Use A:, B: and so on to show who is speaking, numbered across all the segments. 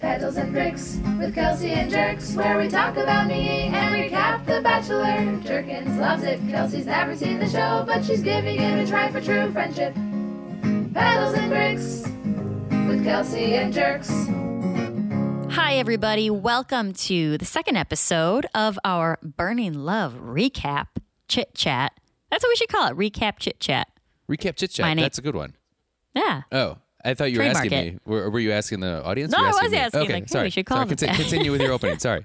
A: pretzels and bricks with Kelsey and Jerks, where we talk about me and recap The Bachelor. Jerkins loves it. Kelsey's never seen the show, but she's giving it a try for true friendship. Pedals and bricks with Kelsey and Jerks.
B: Hi, everybody. Welcome to the second episode of our Burning Love recap chit chat. That's what we should call it recap chit chat.
C: Recap chit
B: My
C: chat.
B: name-
C: That's a good one.
B: Yeah.
C: Oh, I thought you were
B: Trademark
C: asking
B: it.
C: me. Were, were you asking the audience?
B: No,
C: Were you
B: I was
C: me?
B: asking,
C: Okay,
B: like, hey,
C: sorry.
B: we should call
C: sorry,
B: them
C: conti-
B: that.
C: Continue with your opening. Sorry.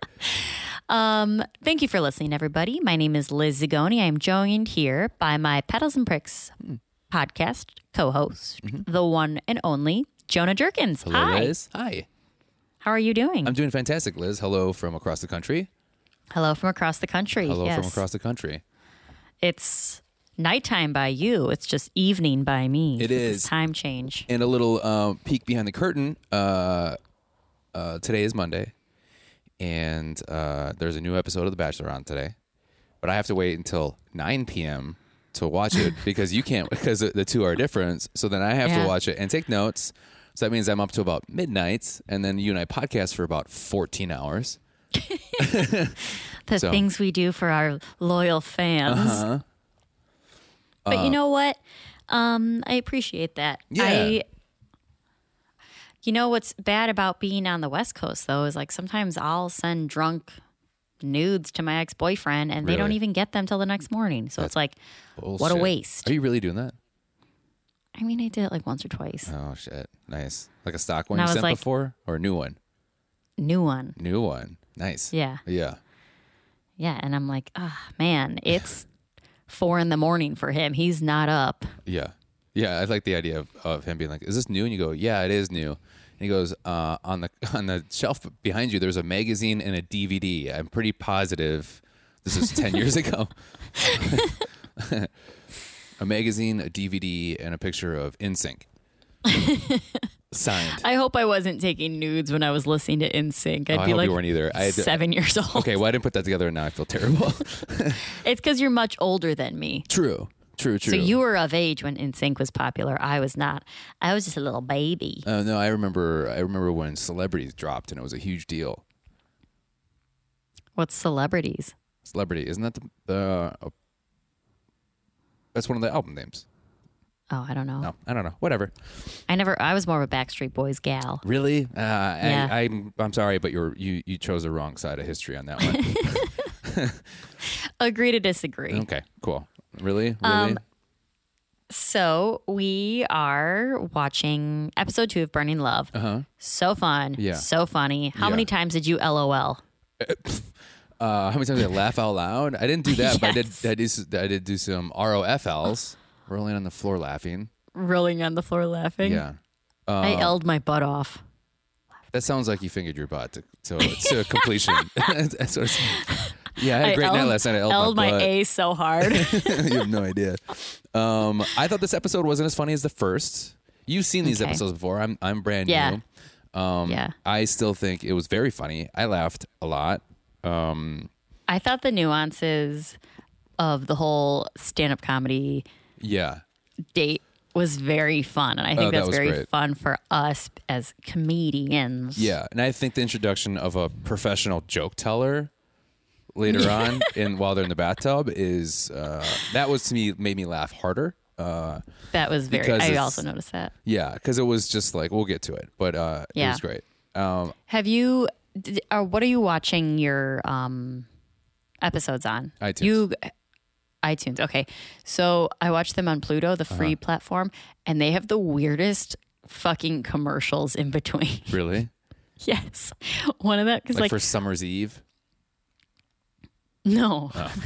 B: Um, thank you for listening, everybody. My name is Liz Zagoni. I am joined here by my Petals and Pricks podcast co host, the one and only Jonah Jerkins.
C: Mm-hmm. Hello,
B: Hi.
C: Liz. Hi.
B: How are you doing?
C: I'm doing fantastic, Liz. Hello from across the country.
B: Hello from across the country.
C: Hello
B: yes.
C: from across the country.
B: It's nighttime by you, it's just evening by me.
C: It
B: with this
C: is.
B: time change.
C: And a little um, peek behind the curtain. Uh, uh, today is Monday, and uh, there's a new episode of The Bachelor on today, but I have to wait until 9 p.m. to watch it because you can't because the- the two are different. So then I have
B: Yeah.
C: to watch it and take notes. So that means I'm up to about midnight, and then you and I podcast for about 14 hours.
B: The
C: So- Uh-huh.
B: things we do for our loyal fans. But
C: Uh,
B: you know what? Um, I appreciate that.
C: Yeah.
B: I You know what's bad about being on the West Coast though is like sometimes I'll send drunk nudes to my ex-boyfriend and they don't
C: Really?
B: even get them till the next morning. So it's like what a
C: Bullshit.
B: waste.
C: Are you really doing that?
B: I mean, I did it like once or twice.
C: Oh shit! Nice, like a stock one
B: And I was
C: you sent
B: like-
C: before, or a new one?
B: New one.
C: New one. Nice.
B: Yeah.
C: Yeah.
B: Yeah, and I'm like, "Ah, man, it's 4 in the morning for him. He's not up."
C: Yeah. Yeah. I like the idea of, of him being like, is this new? And you go, yeah, it is new. And he goes, uh, on the on the shelf behind you, there's a magazine and a DVD. I'm pretty positive this is 10 years ago. a magazine, a DVD, and a picture of InSync. Signed.
B: I hope I wasn't taking nudes when I was listening to NSYNC. I'd
C: Oh, I
B: be
C: hope
B: like
C: you weren't either. I had to-
B: seven years old.
C: okay, well, I didn't put that together and now I feel terrible.
B: It's because you're much older than me.
C: true. True, true.
B: So you were of age when NSYNC was popular. I was not. I was just a little baby.
C: Oh no, I remember I remember when celebrities dropped and it was a huge deal.
B: What's celebrities?
C: Celebrity, isn't that the, the uh, that's one of the album names?
B: Oh, I don't know.
C: No, I don't know. Whatever.
B: I never. I was more of a Backstreet Boys gal.
C: Really? Uh,
B: Yeah.
C: I, I'm I'm sorry, but you're you you chose the wrong side of history on that one.
B: Agree to disagree.
C: okay, cool. Really? Really?
B: Um, So we are watching episode two of Burning Love. Uh-huh. So fun.
C: Yeah.
B: So funny. How
C: Yeah.
B: many times did you LOL?
C: uh, how many times did I laugh out loud? I didn't do that, but I did
B: Yes.
C: I did s- I did do some ROFLs, rolling on the floor laughing.
B: Rolling on the floor laughing.
C: Yeah. Um,
B: I yelled my butt off.
C: That sounds like you fingered your butt to, to, to completion. That's what it's- yeah, I had a great night
B: L'd
C: last night. I L'd
B: L'd
C: my
B: my
C: butt.
B: A so hard.
C: you have no idea. Um, I thought this episode wasn't as funny as the first. You've seen these
B: Okay.
C: episodes before. I'm I'm brand
B: Yeah.
C: new. Um,
B: Yeah.
C: I still think it was very funny. I laughed a lot. Um,
B: I thought the nuances of the whole stand up comedy
C: yeah.
B: date was very fun. And I think
C: Oh, that
B: that's
C: was
B: very
C: great.
B: fun for us as comedians.
C: Yeah. And I think the introduction of a professional joke teller later on in while they're in the bathtub is uh, that was to me made me laugh harder. Uh,
B: That was very,
C: Because
B: I
C: it's-
B: also noticed that.
C: yeah, because it was just like we'll get to it, but uh, it
B: Yeah.
C: was great. Um,
B: Have you, did, or what are you watching your um, episodes on?
C: iTunes.
B: You, iTunes. Okay. So I watched them on Pluto, the
C: Uh-huh.
B: free platform, and they have the weirdest fucking commercials in between.
C: really,
B: yes. One of them, because
C: like,
B: like,
C: for summer's eve.
B: no.
C: Oh.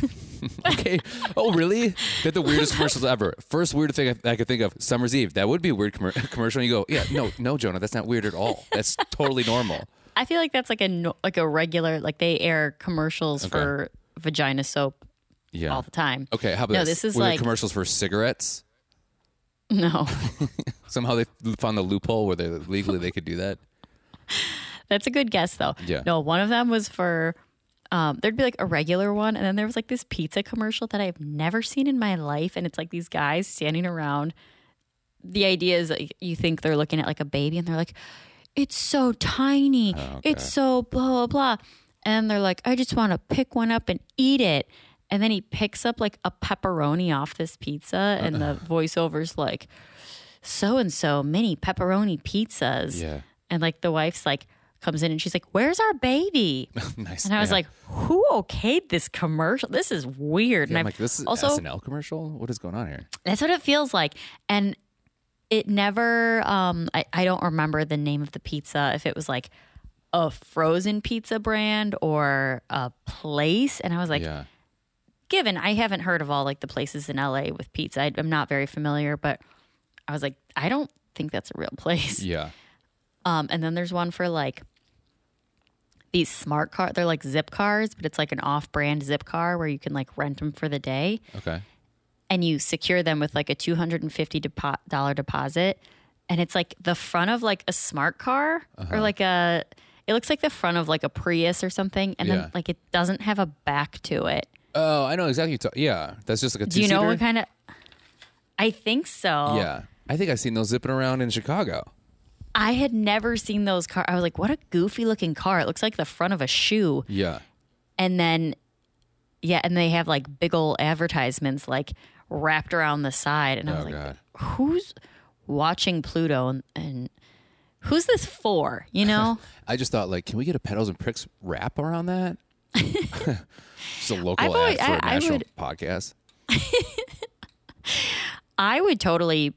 C: Okay. Oh, really? They're the weirdest commercials ever. First weird thing I, I could think of: Summer's Eve. That would be a weird commer commercial. And you go, yeah, no, no, Jonah, that's not weird at all. That's totally normal.
B: I feel like that's like a no- like a regular like they air commercials for vagina soap
C: Yeah.
B: all the time.
C: Okay. How about
B: No, this is
C: Were there
B: like-
C: commercials for cigarettes.
B: No,
C: Somehow they found the loophole where they legally they could do that.
B: that's a good guess though.
C: Yeah.
B: No, one of them was for um, there'd be like a regular one, and then there was like this pizza commercial that I've never seen in my life, and it's like these guys standing around. The idea is like you think they're looking at like a baby, and they're like, it's so tiny.
C: Oh,
B: It's so blah, blah, blah. And they're like, I just want to pick one up and eat it. And then he picks up like a pepperoni off this pizza. And the
C: Uh-huh.
B: voiceover's like, so and so mini pepperoni pizzas.
C: Yeah.
B: And like the wife's like, comes in and she's like, Where's our baby?
C: nice.
B: And I was
C: Yeah.
B: like, Who okayed this commercial? This is weird. and
C: I'm
B: I've
C: like, this is
B: also,
C: SNL commercial. What is going on here?
B: that's what it feels like. And it never, um, I, I don't remember the name of the pizza, if it was like a frozen pizza brand or a place. And I was like,
C: yeah,
B: given I haven't heard of all like the places in LA with pizza, I, I'm not very familiar, but I was like, I don't think that's a real place.
C: yeah.
B: Um, and then there's one for like these smart car. They're like zip cars, but it's like an off-brand zip car where you can like rent them for the day,
C: Okay.
B: and you secure them with like a two hundred and fifty dollar deposit. And it's like the front of like a smart car
C: Uh-huh.
B: or like a. It looks like the front of like a Prius or something, and
C: Yeah.
B: then like it doesn't have a back to it.
C: Oh, I know exactly. What you're ta- yeah, that's just like a.
B: Do you know
C: two-seater?
B: what kind of? I think so.
C: Yeah, I think I've seen those zipping around in Chicago.
B: I had never seen those car. I was like, what a goofy looking car. It looks like the front of a shoe.
C: Yeah.
B: and then yeah and they have like big old advertisements like wrapped around the side and i was
C: Oh
B: like
C: God.
B: who's watching pluto and, and who's this for you know
C: I just thought like, can we get a pedals and pricks wrap around that? just a
B: I've
C: local
B: always-
C: ad for a
B: I- I
C: national
B: would-
C: podcast.
B: i would totally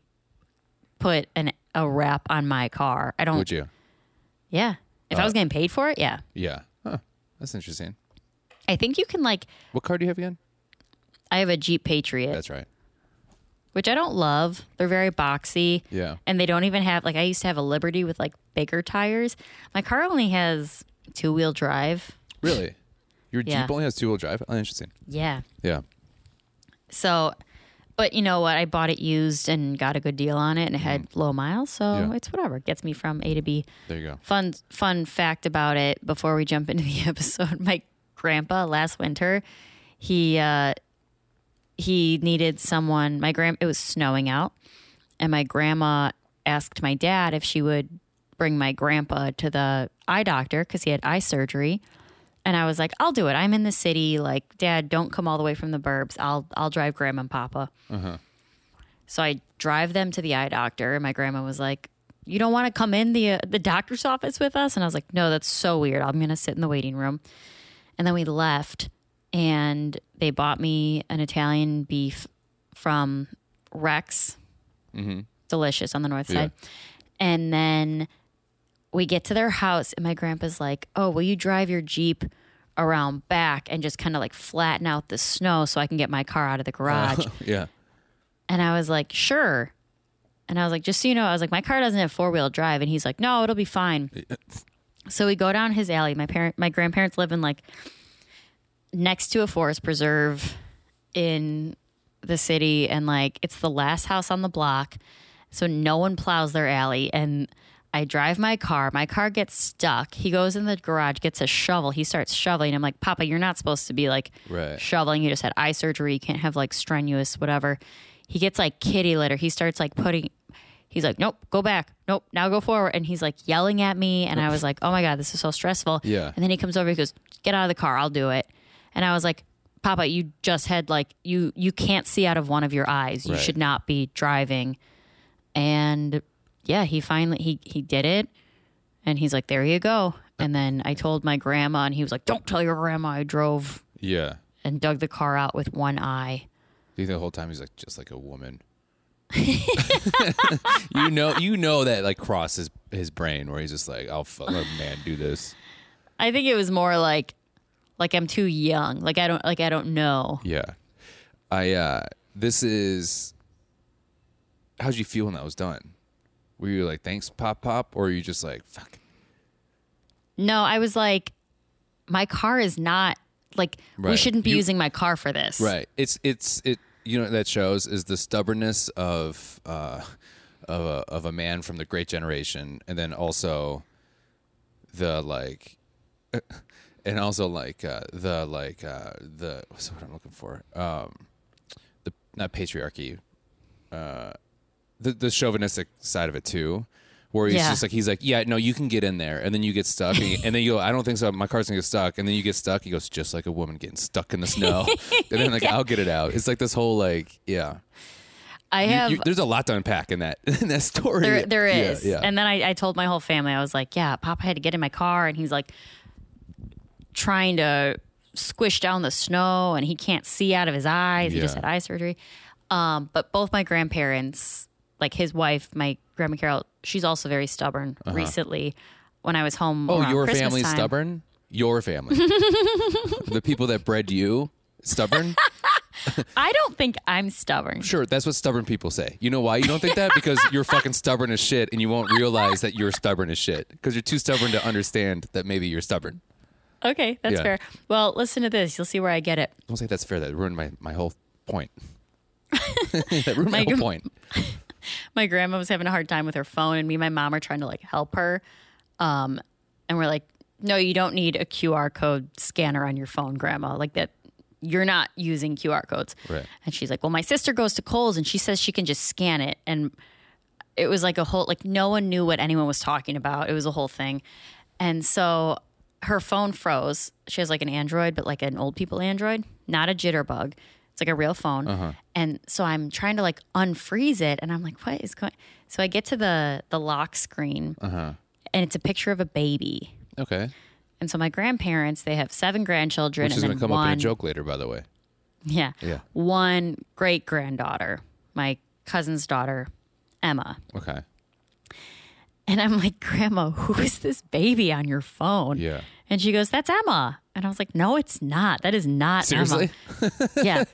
B: put an a wrap on my car i don't
C: Would you? Oh.
B: yeah if i was getting paid for it yeah
C: Yeah. Huh. That's interesting.
B: i think you can like
C: What car do you have again?
B: i have a jeep patriot
C: That's right.
B: which i don't love they're very boxy
C: Yeah.
B: and they don't even have like I used to have a Liberty with like bigger tires. My car only has two wheel drive.
C: Really? Your
B: Yeah.
C: Jeep only has two wheel drive. Oh, interesting.
B: Yeah.
C: Yeah.
B: So, but you know what? I bought it used and got a good deal on it, and it had low miles, so
C: Yeah.
B: it's whatever. It gets me from A to B.
C: There you go.
B: Fun fun fact about it before we jump into the episode. My grandpa last winter, he uh he needed someone. My grand it was snowing out and my grandma asked my dad if she would bring my grandpa to the eye doctor cuz he had eye surgery. And I was like, "I'll do it. I'm in the city. Like, dad, don't come all the way from the burbs. I'll I'll drive grandma and papa." So I drive them to the eye doctor, and my grandma was like, "You don't want to come in the uh, the doctor's office with us?" And I was like, "No, that's so weird. I'm gonna sit in the waiting room." And then we left, and they bought me an Italian beef from Rex, delicious on the north side. And then we get to their house, and my grandpa's like, "Oh, will you drive your jeep?" around back and just kind of like flatten out the snow so I can get my car out of the garage.
C: yeah.
B: And I was like, sure. And I was like, just so you know, I was like, my car doesn't have four wheel drive. And he's like, no, it'll be fine. so we go down his alley. My parent, my grandparents live in like next to a forest preserve in the city, and like it's the last house on the block, so no one plows their alley. And I drive my car. My car gets stuck. He goes in the garage, gets a shovel. He starts shoveling. I'm like, Papa, you're not supposed to be like
C: Right.
B: shoveling. You just had eye surgery. You can't have like strenuous whatever. He gets like kitty litter. He starts like putting. He's like, nope, go back. Nope, now go forward. And he's like yelling at me. And I was like, oh my God, this is so stressful.
C: Yeah.
B: And then he comes over, he goes, get out of the car, I'll do it. And I was like, Papa, you just had like, you, you can't see out of one of your eyes. You
C: Right.
B: should not be driving. And yeah, he finally, he, he did it. And he's like, there you go. And then I told my grandma and he was like, don't tell your grandma I drove
C: Yeah.
B: and dug the car out with one eye.
C: Do you think the whole time he's like just like a woman? you know, you know that like crosses his brain where he's just like, "I'll fuck a man do this."
B: I think it was more like, like I'm too young. Like I don't, like I don't know.
C: Yeah, I. uh This is. How'd you feel when that was done? Were you like, "Thanks, pop, pop," or are you just like, "Fuck"?
B: No, I was like, my car is not like we
C: Right.
B: shouldn't be
C: You-
B: using my car for this.
C: Right. It's it's it. You know what that shows is the stubbornness of uh, of a, of a man from the Great Generation, and then also the like, and also like uh, the like uh, the what's what I'm looking for. Um, the not patriarchy, uh, the the chauvinistic side of it too, where he's
B: Yeah.
C: just like he's like, yeah, no, you can get in there, and then you get stuck, and, and then you go, I don't think so, my car's gonna get stuck, and then you get stuck. He goes, just like a woman getting stuck in the snow, and then like I'll get it out. It's like this whole like yeah,
B: I
C: You-
B: have
C: you- there's a lot to unpack in that in that story.
B: There, there
C: Yeah,
B: is.
C: yeah.
B: And then I, I told my whole family, I was like, yeah, Papa had to get in my car. And he's like trying to squish down the snow and he can't see out of his eyes. He just
C: Yeah.
B: had eye surgery. Um, but both my grandparents, like his wife, my grandma Carol, she's also very stubborn recently. When I was home,
C: Uh-huh. oh,
B: around
C: your
B: Christmas
C: family's
B: time-
C: stubborn. Your family, the people that bred you, stubborn.
B: I don't think I'm stubborn.
C: Sure, that's what stubborn people say. You know why you don't think that? Because you're fucking stubborn as shit, and you won't realize that you're stubborn as shit because you're too stubborn to understand that maybe you're stubborn.
B: Okay, that's
C: Yeah.
B: fair. Well, listen to this. You'll see where I get it.
C: Don't say that's fair. That ruined my my whole point. that ruined
B: My
C: my, whole
B: gr-
C: point.
B: my grandma was having a hard time with her phone and me and my mom are trying to like help her um and we're like no you don't need a qr code scanner on your phone grandma like that you're not using qr codes
C: Right.
B: and she's like well my sister goes to kohl's and she says she can just scan it and it was like a whole like no one knew what anyone was talking about it was a whole thing and so her phone froze she has like an android but like an old people android not a jitterbug it's like a real phone
C: Uh-huh.
B: and so i'm trying to like unfreeze it and i'm like what is going so i get to the the lock screen
C: Uh-huh.
B: and it's a picture of a baby
C: Okay,
B: and so my grandparents they have seven grandchildren
C: which is
B: and
C: going
B: then
C: to come
B: one
C: up in a joke later, by the way.
B: yeah.
C: Yeah.
B: One great granddaughter, my cousin's daughter, Emma.
C: Okay,
B: And I'm like, Grandma, who is this baby on your phone?
C: Yeah.
B: And she goes, That's Emma. And I was like, No, it's not. That is not
C: seriously,
B: Emma. Yeah.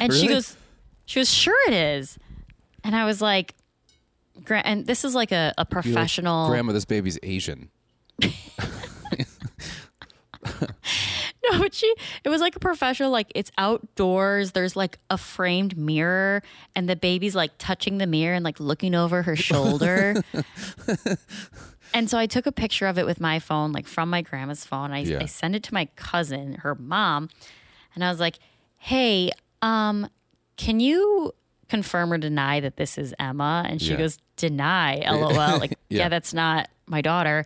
B: and she
C: Really?
B: goes, She goes, Sure it is. And I was like, Gra- and this is like a, a
C: You're like,
B: professional.
C: grandma. This baby's Asian.
B: No, but she it was like a professional, like it's outdoors. There's like a framed mirror and the baby's like touching the mirror and like looking over her shoulder. and so I took a picture of it with my phone, like from my grandma's phone. I,
C: Yeah.
B: I sent it to my cousin, her mom, and I was like, Hey, um, can you confirm or deny that this is Emma? And she
C: Yeah.
B: goes, Deny, lol. Like,
C: Yeah.
B: yeah, that's not my daughter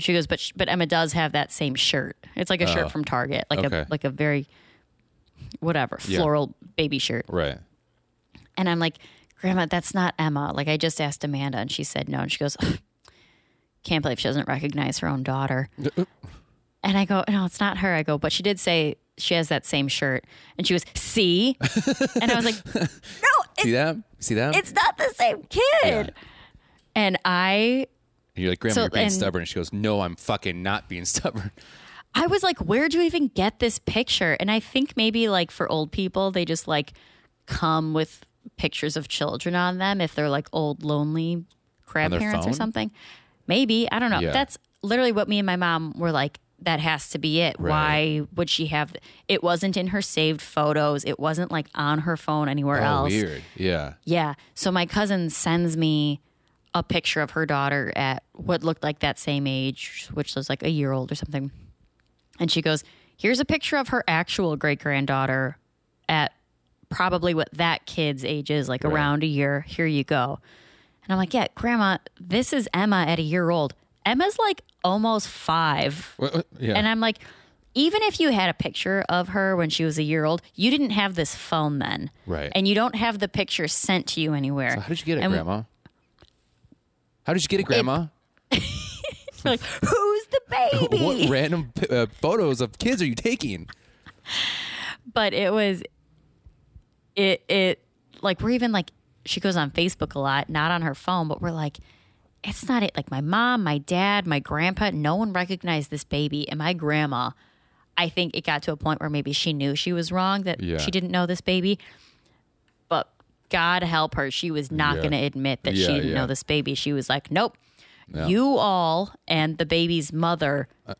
B: she goes, but sh- but Emma does have that same shirt. It's like a shirt from Target, like
C: Oh. okay.
B: a like a very whatever
C: Yeah.
B: floral baby shirt.
C: Right.
B: And I'm like, Grandma, that's not Emma. Like I just asked Amanda, and she said no. And she goes, "Ugh, can't believe she doesn't recognize her own daughter. and I go, no, it's not her. I go, but she did say she has that same shirt. And she was, see. and I was like, no, it,
C: See that? See that?
B: it's not the same kid. And I
C: And you're like, Grandma,
B: So-
C: you're being
B: and-
C: stubborn. And she goes, No, I'm fucking not being stubborn.
B: I was like, where'd you even get this picture? And I think maybe like for old people, they just like come with pictures of children on them if they're like old, lonely grandparents or
C: phone?
B: something. Maybe. I don't know.
C: Yeah.
B: That's literally what me and my mom were like, that has to be it. Why would she have it? wasn't in her saved photos, it wasn't like on her phone anywhere
C: Oh,
B: else.
C: weird. Yeah.
B: Yeah. So my cousin sends me a picture of her daughter at what looked like that same age, which was like a year old or something. And she goes, Here's a picture of her actual great granddaughter at probably what that kid's age is, like around a year. Here you go. And I'm like, Yeah, grandma, this is Emma at a year old. Emma's like almost five.
C: What- what- yeah.
B: And I'm like, even if you had a picture of her when she was a year old, you didn't have this phone then.
C: Right.
B: And you don't have the picture sent to you anywhere.
C: How did you get it,
B: and-
C: Grandma? How did you get it, Grandma?
B: You're like, who's the
C: What
B: baby?
C: random p- uh, photos of kids are you taking?
B: but it was, it, it, like, we're even like, she goes on Facebook a lot, not on her phone, but we're like, it's not it. Like, my mom, my dad, my grandpa, no one recognized this baby. And my grandma, I think it got to a point where maybe she knew she was wrong, that
C: Yeah.
B: she didn't know this baby. But God help her, she was not
C: Yeah.
B: going to admit that she
C: Yeah,
B: didn't
C: yeah.
B: know this baby. She was like, nope, you all and the baby's mother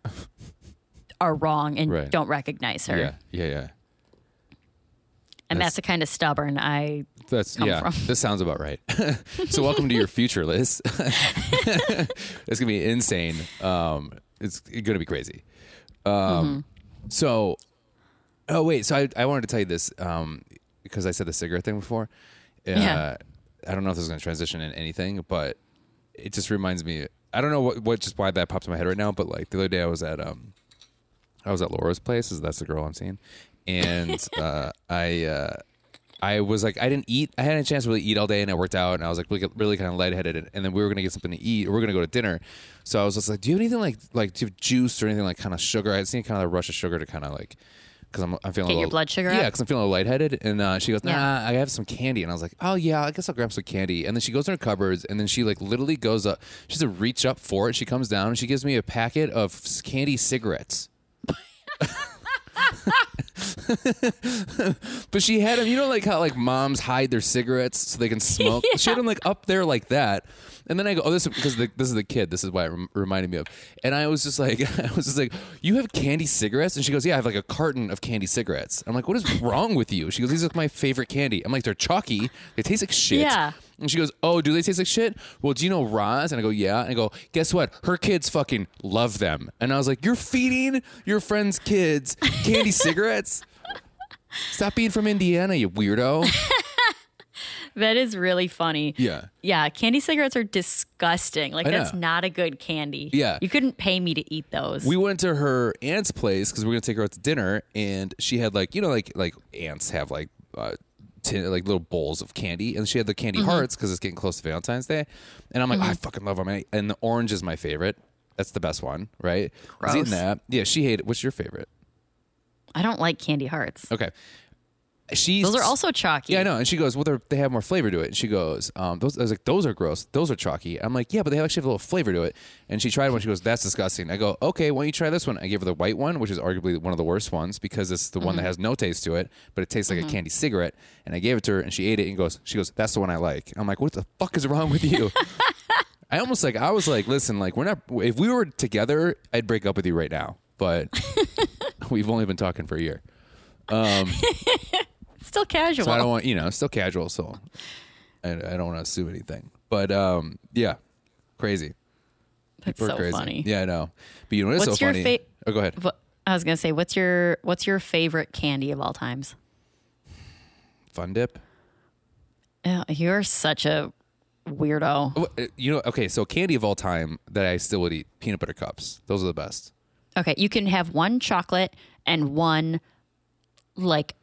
B: are wrong and
C: Uh, Right.
B: don't recognize her.
C: Yeah, yeah, yeah.
B: And that's the kind of stubborn I.
C: That's yeah.
B: from.
C: That sounds about right. so welcome to your future, Liz. it's gonna be insane. Um, it's gonna be crazy.
B: Mm-hmm.
C: Um, so, oh wait. So I, I wanted to tell you this um, because I said the cigarette thing before. Uh,
B: Yeah.
C: I don't know if this is going to transition in anything, but it just reminds me. I don't know what, what just why that popped in my head right now, but like the other day I was at um, I was at Laura's place. Is that's the girl I'm seeing, and uh, I uh, I was like I didn't eat. I hadn't a chance to really eat all day, and I worked out, and I was like really, really kind of lightheaded. And, and then we were gonna get something to eat. Or we are gonna go to dinner, so I was just like, do you have anything like like do you have juice or anything like kind of sugar? I just need kind of a rush of sugar to kind of like. Because I'm, I'm feeling
B: Get your
C: a little,
B: blood sugar
C: Yeah,
B: up?
C: because I'm feeling a little lightheaded. And uh, she goes, Nah,
B: Yeah.
C: I have some candy. And I was like, Oh yeah, I guess I'll grab some candy. And then she goes in her cupboards, and then she like literally goes up. She's a reach up for it. She comes down, and she gives me a packet of s- candy cigarettes. But she had him, you know, like how like moms hide their cigarettes so they can smoke. She had him like up there like that, and then I go, "Oh, this is because the, this is the kid. This is why it rem- reminded me of." And I was just like, I was just like, "You have candy cigarettes?" And she goes, "Yeah, I have like a carton of candy cigarettes." I'm like, "What is wrong with you?" She goes, "These are my favorite candy." I'm like, "They're chalky. They taste like shit."
B: Yeah.
C: And she goes, "Oh, do they taste like shit?" Well, do you know Roz? And I go, "Yeah." And I go, "Guess what? Her kids fucking love them." And I was like, "You're feeding your friends' kids candy cigarettes." Stop being from Indiana, you weirdo.
B: That is really funny.
C: Yeah.
B: Yeah. Candy cigarettes are disgusting. Like,
C: I
B: that's
C: know.
B: not a good candy.
C: Yeah.
B: You couldn't pay me to eat those.
C: we went to her aunt's place because we are gonna take her out to dinner, and she had like you know like like aunts have like uh, tin, like little bowls of candy, and she had the candy
B: Mm-hmm.
C: hearts because it's getting close to Valentine's Day, and I'm like I fucking love them, and, I- and the orange is my favorite. That's the best one, right? I was
B: Gross.
C: eating that. Yeah, she hated. What's your favorite?
B: I don't like candy hearts.
C: Okay. She's
B: Those are also chalky.
C: Yeah, I know. And she goes, well, they're, they have more flavor to it. And she goes, um, those, I was like, those are gross. Those are chalky. I'm like, yeah, but they actually have a little flavor to it. And she tried one. She goes, that's disgusting. I go, okay, why don't you try this one? I gave her the white one, which is arguably one of the worst ones because it's the one that has no taste to it, but it tastes like a candy cigarette. And I gave it to her, and she ate it and goes, she goes, that's the one I like. I'm like, what the fuck is wrong with you? I almost like I was like, listen, like we're not. If we were together, I'd break up with you right now. But we've only been talking for a year.
B: Still casual.
C: So I don't want you know, it's still casual, so I, I don't want to assume anything. But um, yeah, crazy.
B: that's
C: We're
B: so
C: crazy.
B: funny.
C: Yeah, I know. But you know what's
B: What's
C: so
B: your
C: funny?
B: fa-
C: oh, go ahead.
B: Wha- I was gonna say, what's your what's your favorite candy of all times?
C: Fun dip.
B: Yeah, You're such a weirdo.
C: Oh, uh, You know, okay. So candy of all time that I still would eat peanut butter cups. Those are the best.
B: Okay, you can have one chocolate and one like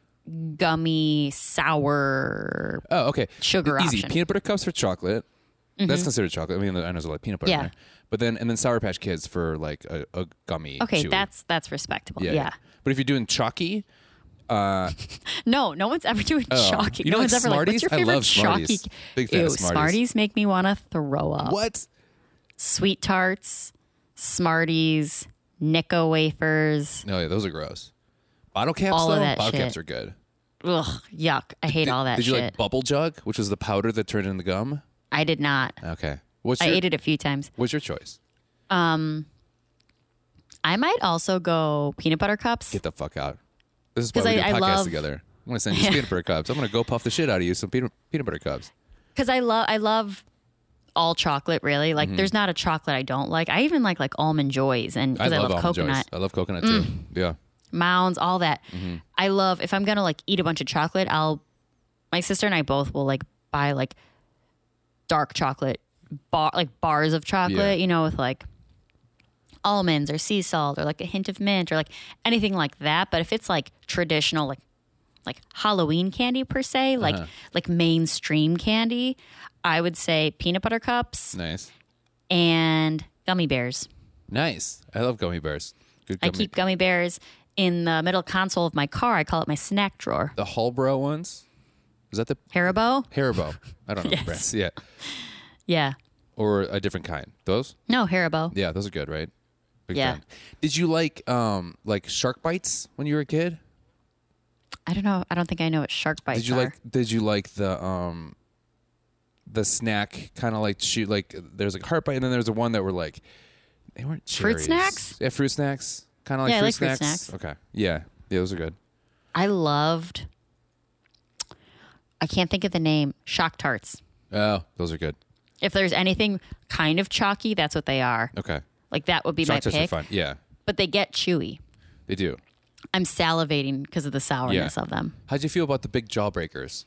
B: gummy sour.
C: Oh, okay.
B: Sugar
C: Easy.
B: option. Mm-hmm.
C: Peanut butter cups for chocolate. That's considered chocolate. I mean, I know there's a lot of peanut butter. in
B: Yeah.
C: there. But then, and then Sour Patch Kids for like a, a gummy.
B: Okay,
C: chewy.
B: that's that's respectable. Yeah.
C: But if you're doing chalky,
B: No, no one's ever doing
C: Oh.
B: chalky.
C: You
B: no
C: don't like
B: one's ever like,
C: Smarties?
B: what's your
C: I
B: favorite
C: love
B: chalky?
C: Smarties. Big fan of
B: Ew,
C: Smarties.
B: make me want to throw up.
C: what?
B: Sweet tarts, Smarties, Nico wafers.
C: No, yeah, those are gross. Bottle caps,
B: All
C: though.
B: of that
C: bottle
B: shit.
C: caps are good.
B: Ugh, yuck! I hate all that
C: Did you
B: shit.
C: like bubble jug, which was the powder that turned into gum?
B: I did not.
C: Okay. What's
B: I
C: your
B: ate it a few times.
C: What's your choice?
B: I might also go peanut butter cups.
C: Get the fuck out. This is why
B: 'Cause
C: we do
B: I- I
C: podcasts
B: love-
C: together. I'm gonna send you some peanut butter cups. I'm gonna go puff the shit out of you some peanut peanut butter cups.
B: because I love I love all chocolate really. Like
C: Mm-hmm.
B: there's not a chocolate I don't like. I even like like almond joys and because I, love,
C: almond
B: coconut Mm.
C: joys. I love coconut too. Yeah.
B: mounds, all that.
C: Mm-hmm.
B: I love if I'm gonna like eat a bunch of chocolate, I'll my sister and I both will like buy like dark chocolate bar like bars of chocolate,
C: Yeah.
B: you know, with like almonds or sea salt or like a hint of mint or like anything like that. But if it's like traditional like like Halloween candy per se, like
C: Uh-huh.
B: like mainstream candy, I would say peanut butter cups
C: Nice.
B: and gummy bears.
C: Nice. I love gummy bears. Good
B: I
C: gummy.
B: keep gummy bears in the middle console of my car. I call it my snack drawer.
C: the Hallbro ones. Is that the
B: Haribo?
C: Haribo? I don't know.
B: Yes.
C: brands. Yeah.
B: Yeah.
C: Or a different kind. Those?
B: No, Haribo.
C: Yeah, those are good, right? Big
B: Yeah.
C: fan. Did you like um like shark bites when you were a kid?
B: I don't know. I don't think I know what shark bites
C: Did you
B: are.
C: like? Did you like the um, the snack kind of like shoot like there's like heart bite and then there's the one that were like they weren't
B: Fruit
C: cherries.
B: snacks?
C: Yeah, fruit snacks. Kind of like
B: Yeah, I
C: fruit
B: like fruit
C: snacks.
B: snacks.
C: Okay. Yeah. Yeah, those are good.
B: I loved I can't think of the name. Shock tarts.
C: Oh, those are good.
B: If there's anything kind of chalky, that's what they are.
C: Okay.
B: Like that would be
C: Shock
B: my
C: tests are
B: pick.
C: fun. Yeah,
B: But they get chewy.
C: they do.
B: I'm salivating because of the sourness of them.
C: How'd you feel about the big jawbreakers?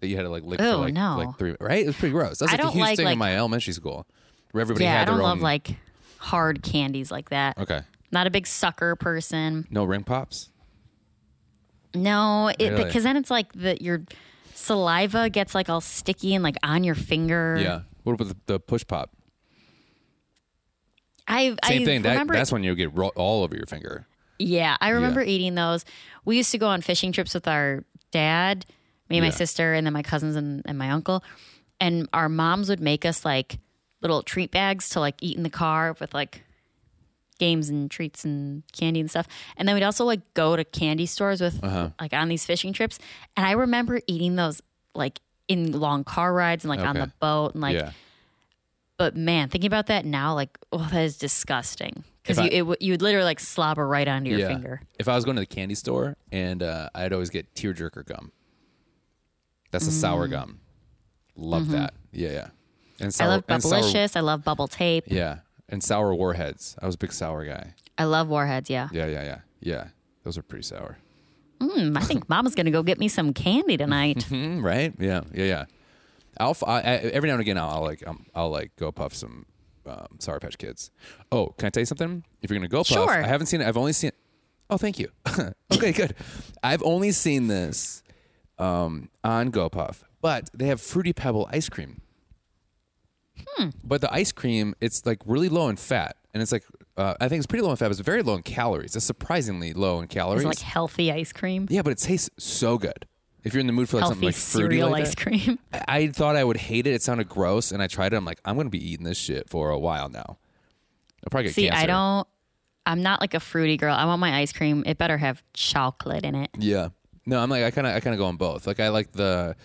C: that you had to like lick
B: Ew,
C: for like,
B: Oh, no.
C: like three. Right? It was pretty gross. That was
B: I
C: like a
B: don't
C: huge
B: like,
C: thing
B: like-
C: in my elementary school where everybody
B: yeah,
C: had
B: I don't
C: their
B: love
C: own.
B: like hard candies like that.
C: okay,
B: Not a big sucker person.
C: no ring pops.
B: No, it because
C: Really?
B: then it's like the your saliva gets like all sticky and like on your finger.
C: Yeah. What about the, the push pop?
B: I
C: Same
B: I
C: thing. That,
B: remember
C: that's when you get ro- all over your finger.
B: Yeah, I remember eating those. We used to go on fishing trips with our dad, me and my
C: Yeah.
B: sister, and then my cousins and, and my uncle. And our moms would make us like little treat bags to like eat in the car with like games and treats and candy and stuff. And then we'd also like go to candy stores with
C: Uh-huh.
B: like on these fishing trips. And I remember eating those like in long car rides and like on
C: Okay.
B: the boat and like
C: yeah.
B: but man, thinking about that now, like, oh, that is disgusting. Because
C: If
B: you
C: I-
B: it w you would literally like slobber right onto your finger.
C: If I was going to the candy store, and uh, I'd always get tearjerker gum. That's the sour gum. Love that. Yeah, yeah. And
B: Mm. Mm-hmm.
C: sour.
B: I love
C: and sour-
B: Bubblicious. I love Bubble Tape.
C: yeah, and sour warheads. I was a big sour guy.
B: I love Warheads. Yeah.
C: Yeah, yeah, yeah, yeah. Those are pretty sour.
B: Mm, I think Mama's gonna go get me some candy tonight.
C: Mm, right? Yeah, yeah, yeah. I'll f- I, I- every now and again I'll, I'll like um, I'll like go puff some um, Sour Patch Kids. Oh, can I tell you something? If you're gonna go puff,
B: Sure.
C: I haven't seen it. I've only seen. Oh, thank you. okay, good. I've only seen this um, on Go Puff, but they have fruity pebble ice cream.
B: Hmm.
C: But the ice cream, it's like really low in fat, and it's like uh, I think it's pretty low in fat, but it's very low in calories. It's surprisingly low in calories.
B: It's like healthy ice cream,
C: yeah, but it tastes so good. If you're in the mood for like
B: healthy
C: something like fruity
B: cereal
C: like
B: ice
C: that.
B: cream.
C: I- I thought I would hate it. It sounded gross, and I tried it. I'm like, I'm gonna be eating this shit for a while now. I'll probably get
B: See,
C: cancer.
B: I don't. I'm not like a fruity girl. I want my ice cream. It better have chocolate in it.
C: Yeah, no, I'm like, I kind of, I kind of go on both. Like, I like the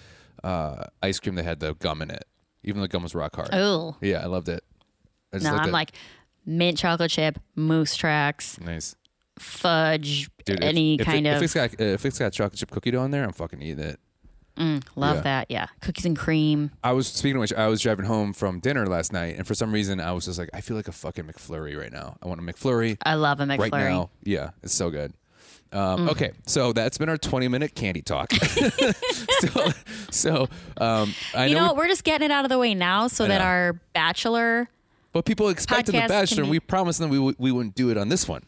C: uh, ice cream that had the gum in it, even though the gum was rock hard.
B: Oh
C: Yeah, I loved it. I just
B: no,
C: liked
B: I'm
C: it.
B: like mint chocolate chip, moose tracks,
C: nice,
B: fudge,
C: dude. if-
B: any
C: if, it-
B: kind
C: If
B: of.
C: it's got, if it's got chocolate chip cookie dough in there, I'm fucking eating it.
B: love
C: yeah.
B: that. Yeah, cookies and cream.
C: I was speaking of which, I was driving home from dinner last night, and for some reason, I was just like, I feel like a fucking McFlurry right now. I want a McFlurry.
B: I love a McFlurry.
C: right now. Yeah, it's so good.
B: Mm.
C: Um, Okay, so that's been our 20 minute candy talk. so, so um, I
B: you
C: know,
B: know, we're just getting it out of the way now so that
C: know.
B: our bachelor
C: but people expected The
B: podcasts can
C: Bachelor, and
B: be-
C: we promised them we, would we wouldn't do it on this one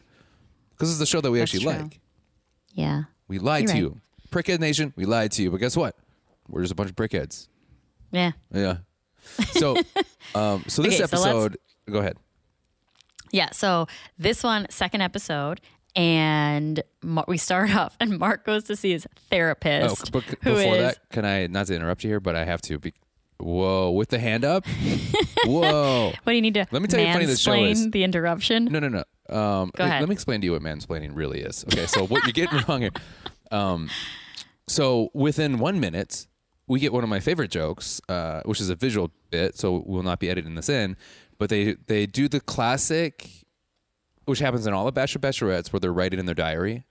C: because this is the show that we
B: That's
C: actually
B: true.
C: like.
B: yeah
C: We lied
B: You're
C: to
B: right.
C: you, Prickhead Nation. We lied to you, but guess what? We're just a bunch of prickheads.
B: yeah
C: Yeah. So, um,
B: Okay,
C: so this
B: so let's-
C: episode. go ahead.
B: yeah so this one second episode and Mar- we start off and mark goes to see his
C: Oh,
B: therapist
C: but
B: who
C: before
B: is-
C: that, can I not to interrupt you here, but I have to. Be, whoa, with the hand up. whoa.
B: what do you need to
C: Let me tell you how funny this show
B: mansplain
C: is.
B: the interruption
C: No, no, no. Um,
B: Go
C: let-
B: ahead.
C: Let me explain to you what mansplaining really is. Okay, so what you're getting wrong here. Um, so within one minute, we get one of my favorite jokes, uh, which is a visual bit, so we'll not be editing this in. But they they do the classic, which happens in all the Bachelor Bachelorettes, where they're writing in their diary.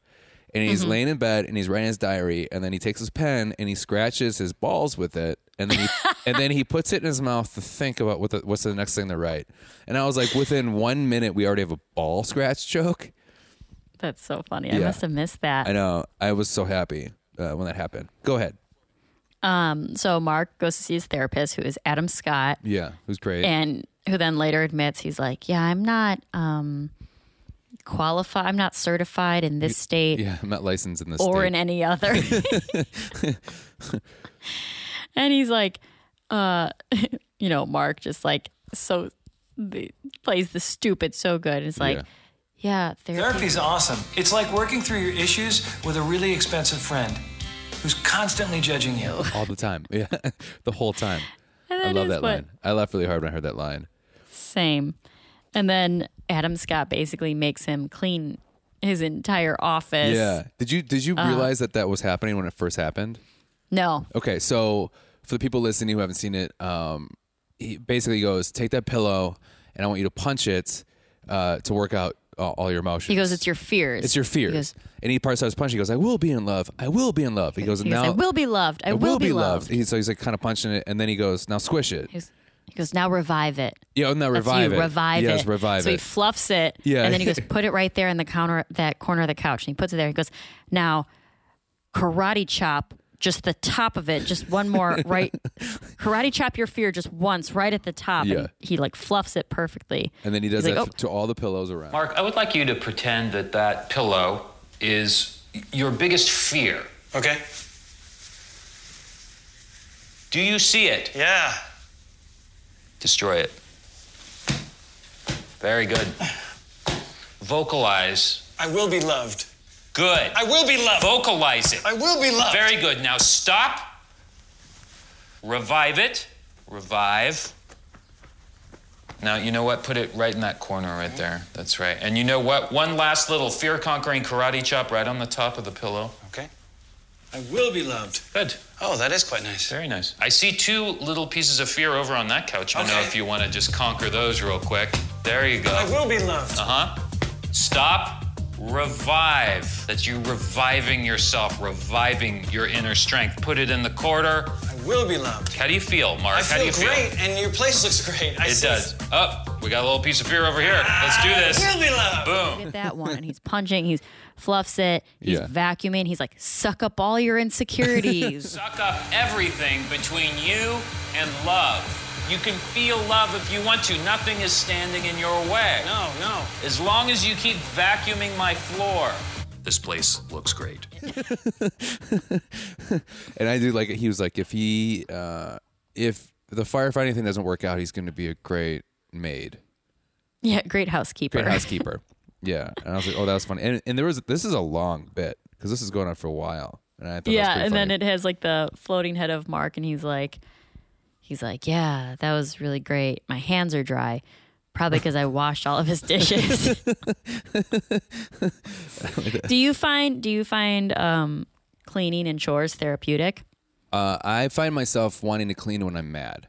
C: And he's
B: Mm-hmm.
C: laying in bed and he's writing his diary, and then he takes his pen and he scratches his balls with it, and then he, and then he puts it in his mouth to think about what the, what's the next thing to write. And I was like, within one minute, we already have a ball scratch joke.
B: that's so funny i
C: Yeah.
B: must have missed that
C: I know. I was so happy uh, when that happened. Go ahead.
B: so mark goes to see his therapist who is adam scott
C: Yeah, it was great.
B: and who then later admits he's like yeah i'm not um qualified i'm not certified in this state
C: yeah, I'm not licensed in this
B: or
C: state.
B: in any other. and he's like, uh, you know, Mark just like so the, plays the stupid so good. It's like,
C: Yeah.
B: yeah, therapy.
D: Therapy's awesome. It's like working through your issues with a really expensive friend who's constantly judging you.
C: all the time. Yeah, the whole time. I
B: that
C: love
B: is
C: that
B: what-
C: line. I laughed really hard when I heard that line.
B: Same. And then Adam Scott basically makes him clean his entire office.
C: Yeah. Did you did you
B: Uh-huh.
C: realize that that was happening when it first happened?
B: No.
C: Okay, so for the people listening who haven't seen it, um, he basically goes, "Take that pillow, and I want you to punch it uh, to work out all, all your emotions."
B: He goes, it's your fears.
C: It's your fears.
B: He goes,
C: and he parts starts punching. He goes, I will be in love. I will be in love. He goes,
B: he goes,
C: now
B: I will be loved. I,
C: I
B: will, be loved.
C: He, so he's like kind of punching it, and then he goes, now squish it.
B: He goes- He goes, now revive it.
C: Yeah, and now
B: That's
C: revive
B: you.
C: it.
B: Revive
C: yes,
B: it.
C: revive
B: so he
C: it.
B: fluffs it.
C: Yeah.
B: And then he goes, put it right there in the counter, that corner of the couch. And he puts it there. He goes, now karate chop just the top of it, just one more right. Karate chop your fear just once, right at the top.
C: Yeah.
B: And he like fluffs it perfectly.
C: And then he does
B: He's
C: that
B: like, "Oh."
C: th- to all the pillows around.
E: Mark, I would like you to pretend that that pillow is y- your biggest fear.
F: Okay.
E: Do you see it?
F: Yeah.
E: Destroy it. Very good. Vocalize.
F: I will be loved.
E: Good.
F: I will be loved.
E: Vocalize it.
F: I will be loved.
E: Very good. Now stop. Revive it. Revive. Now, you know what? Put it right in that corner right there. That's right. And you know what? One last little fear conquering karate chop right on the top of the pillow.
F: Okay. I will be loved.
E: Good.
F: Oh, that is quite nice.
E: Very nice. I see two little pieces of fear over on that couch. I don't know
F: Okay.
E: if you want to just conquer those real quick. There you go.
F: I will be loved.
E: Uh huh. Stop. Revive. That's you reviving yourself, reviving your inner strength. Put it in the corner.
F: I will be loved.
E: How do you feel, Mark?
F: I
E: How do
F: feel
E: you
F: great,
E: feel?
F: and your place looks great. I
E: It
F: see-
E: does. Up. we got a little piece of fear over here. Let's do
F: I will
E: this.
F: be loved.
E: Boom.
B: Get that one. And he's punching, he's fluffs it, he's
C: Yeah.
B: vacuuming, he's like, suck up all your insecurities.
E: Suck up everything between you and love. You can feel love if you want to. Nothing is standing in your way.
F: No, no.
E: As long as you keep vacuuming my floor. This place looks great.
C: And I do like he was like if he uh if the firefighting thing doesn't work out, he's going to be a great maid,
B: yeah, great housekeeper.
C: great housekeeper. Yeah, and I was like, oh, that was funny. And and there was this is a long bit because this is going on for a while. And I thought
B: yeah, and then it has like the floating head of Mark, and he's like, he's like, yeah, that was really great. My hands are dry, probably because I washed all of his dishes. do you find do you find um, cleaning and chores therapeutic?
C: uh, I find myself wanting to clean when I'm mad.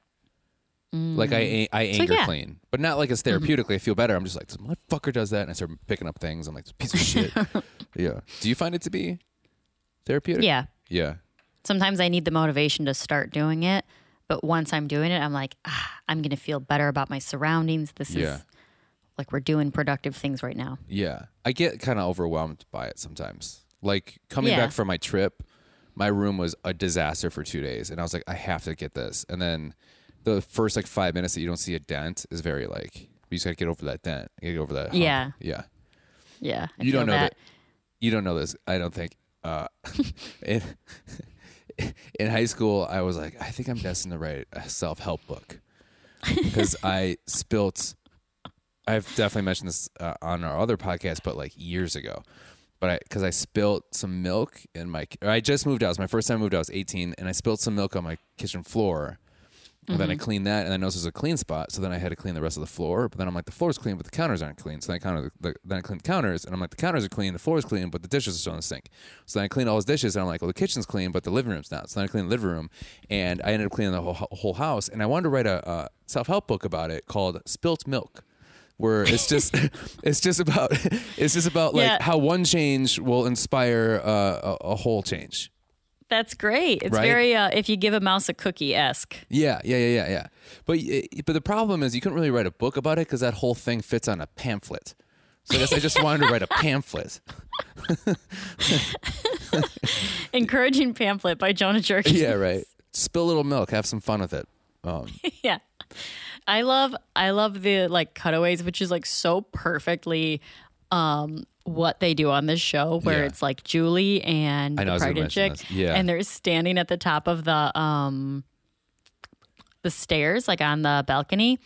C: Like I I anger
B: Mm. yeah. Mm-hmm.
C: clean, but not like it's therapeutically. I feel better. I'm just like this motherfucker does that, and I start picking up things. I'm like this piece of shit. yeah. Do you find it to be therapeutic?
B: Yeah.
C: Yeah.
B: Sometimes I need the motivation to start doing it, but once I'm doing it, I'm like, ah, I'm gonna feel better about my surroundings. This
C: Yeah.
B: is like we're doing productive things right now.
C: Yeah. I get kind of overwhelmed by it sometimes. Like coming
B: Yeah.
C: back from my trip, my room was a disaster for two days. And I was like, I have to get this. And then the first like five minutes that you don't see a dent is very like, you just got to get over that dent. You gotta get over that. hump.
B: Yeah.
C: Yeah.
B: Yeah, I
C: you
B: feel
C: don't know that. You don't know this. I don't think. Uh, in, in high school, I was like, I think I'm destined to write a self help uh, book because I spilt. I've definitely mentioned this uh, on our other podcast, but like years ago. But I, because I spilt some milk in my, or I just moved out. It was my first time I moved out. I was 18, and I spilt some milk on my kitchen floor. And then I cleaned that, and I noticed it was a clean spot. So then I had to clean the rest of the floor. But then I'm like, the floor's clean, but the counters aren't clean. So then I counted the, then I cleaned the counters, and I'm like, the counters are clean, the floor's clean, but the dishes are still in the sink. So then I cleaned all those dishes, and I'm like, well, the kitchen's clean, but the living room's not. So then I cleaned the living room, and I ended up cleaning the whole whole house. And I wanted to write a, uh self help book about it called Spilt Milk. Where it's just, it's just about, it's just about like
B: Yeah.
C: how one change will inspire uh, a, a whole change.
B: That's great. It's
C: Right?
B: very uh, if you give a mouse a cookie esque.
C: Yeah, yeah, yeah, yeah, yeah. But y- but the problem is you couldn't really write a book about it because that whole thing fits on a pamphlet. So I guess I just wanted to write a pamphlet.
B: Encouraging pamphlet by Jonah Jerkin.
C: Yeah, right. Spill a little milk, have some fun with it. Um,
B: yeah. I love I love the like cutaways, which is like so perfectly um what they do on this show where
C: Yeah.
B: it's like Julie and
C: I know, I
B: the
C: was gonna
B: pregnant
C: mention
B: chick
C: this. Yeah.
B: and they're standing at the top of the um the stairs like on the balcony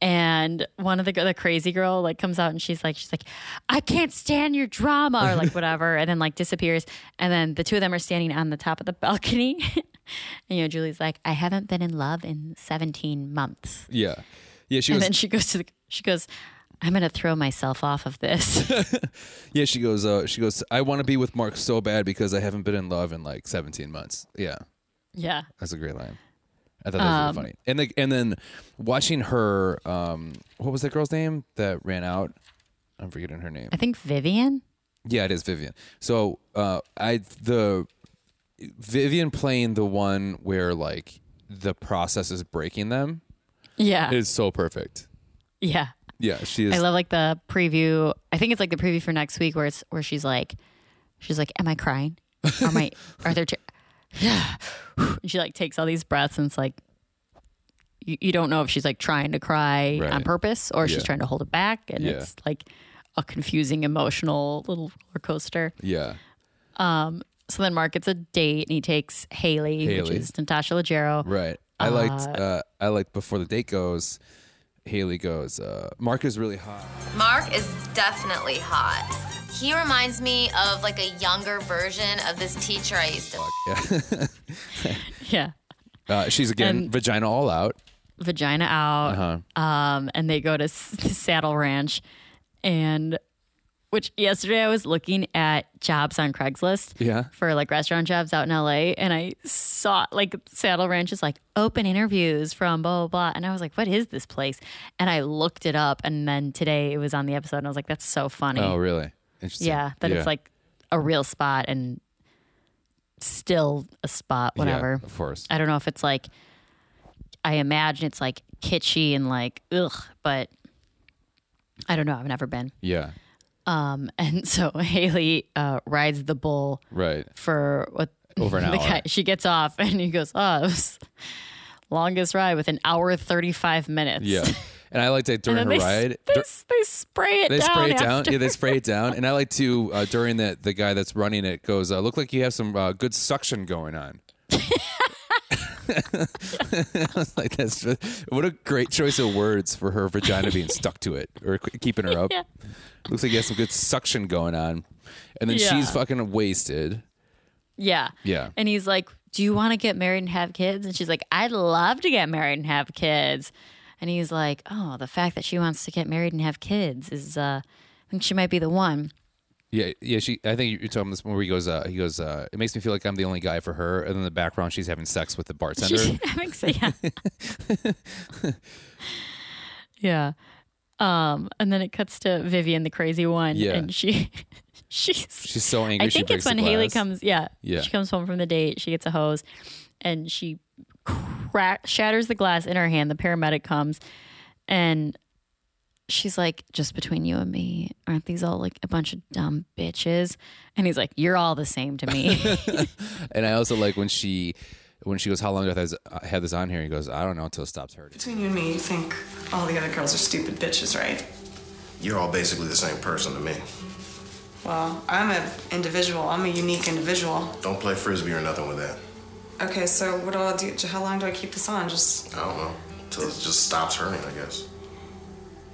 B: and one of the the crazy girl like comes out and she's like she's like I can't stand your drama or like whatever and then like disappears and then the two of them are standing on the top of the balcony and you know Julie's like I haven't been in love in 17 months
C: yeah, yeah. She
B: and
C: goes.
B: then she goes to the she goes I'm going to throw myself off of this
C: yeah, she goes. Uh, she goes. I want to be with Mark so bad because I haven't been in love in like 17 months. Yeah,
B: yeah
C: that's a great line. I thought that was really funny. And like, and then watching her. Um, what was that girl's name that ran out? I'm forgetting her name.
B: I think Vivian
C: Yeah, it is Vivian. So uh, I the Vivian playing the one where like the process is breaking them
B: yeah
C: is so perfect.
B: yeah
C: Yeah, she is.
B: I love like the preview. I think it's like the preview for next week where it's where she's like, she's like, "Am I crying? Are my are there? Te- And she like takes all these breaths and it's like you, you don't know if she's like trying to cry
C: Right.
B: on purpose or she's
C: Yeah.
B: trying to hold it back and
C: Yeah.
B: it's like a confusing emotional little roller coaster.
C: Yeah.
B: So then Mark gets a date and he takes Haley, which
C: Haley.
B: is Natasha Leggero.
C: Right. I liked. Uh, I liked before the date goes. Haley goes. Uh, Mark is really hot.
G: Mark is definitely hot. He reminds me of like a younger version of this teacher I used to.
B: Yeah.
C: Uh, she's again vagina all out.
B: Vagina out.
C: Uh-huh.
B: Um, and they go to S- Saddle Ranch. And which yesterday I was looking at jobs on Craigslist
C: Yeah.
B: for like restaurant jobs out in LA. And I saw like Saddle Ranch is like open interviews from blah, blah, blah. And I was like, what is this place? And I looked it up. And then today it was on the episode. And I was like, that's so funny.
C: Oh, really? Interesting.
B: Yeah, that it's like a real spot and still a spot,
C: Yeah,
B: whatever.
C: of course.
B: I don't know if it's like, I imagine it's like kitschy and like, ugh, but I don't know. I've never been.
C: Yeah.
B: Um, and so Haley uh, rides the bull
C: Right.
B: for what
C: Over an
B: the
C: hour.
B: Guy, she gets off and he goes, oh, it was longest ride with an hour 35 minutes.
C: Yeah. And I liked that during
B: And then
C: her
B: they, s-
C: ride.
B: they,
C: dur-
B: s- they spray it
C: they
B: down.
C: spray it down.
B: after.
C: Yeah, they spray it down. And I like to uh, during the the guy that's running it goes, uh, "Look like you have some uh, good suction going on." I was like, "That's what a great choice of words for her vagina being stuck to it or k- keeping her up." Looks like you have some good suction going on, and then
B: Yeah.
C: she's fucking wasted.
B: Yeah.
C: Yeah.
B: And he's like, Do you want to get married and have kids? And she's like, I'd love to get married and have kids. And he's like, Oh, the fact that she wants to get married and have kids is, uh, I think she might be the one.
C: Yeah, yeah. She, I think you're talking this one where he goes, uh, he goes, uh, it makes me feel like I'm the only guy for her. And in the background, she's having sex with the bartender.
B: She's having so yeah. yeah. Um, and then it cuts to Vivian, the crazy one,
C: Yeah.
B: and she she's
C: she's so angry.
B: I
C: she
B: think it's
C: breaks the
B: when Haley
C: glass.
B: comes. Yeah,
C: Yeah.
B: She comes home from the date. She gets a hose, and she crack, shatters the glass in her hand. The paramedic comes, and she's like, "Just between you and me, aren't these all like a bunch of dumb bitches?" And he's like, "You're all the same to me."
C: And I also like when she, when she goes, how long do I have this- I have this on here? He goes, I don't know until it stops hurting.
H: Between you and me, you think all the other girls are stupid bitches, right?
I: You're all basically the same person to me.
H: Well, I'm an individual. I'm a unique individual.
I: Don't play frisbee or nothing with that.
H: Okay, so what do I do? How long do I keep this on? Just
I: I don't know. Till it just stops hurting, I guess.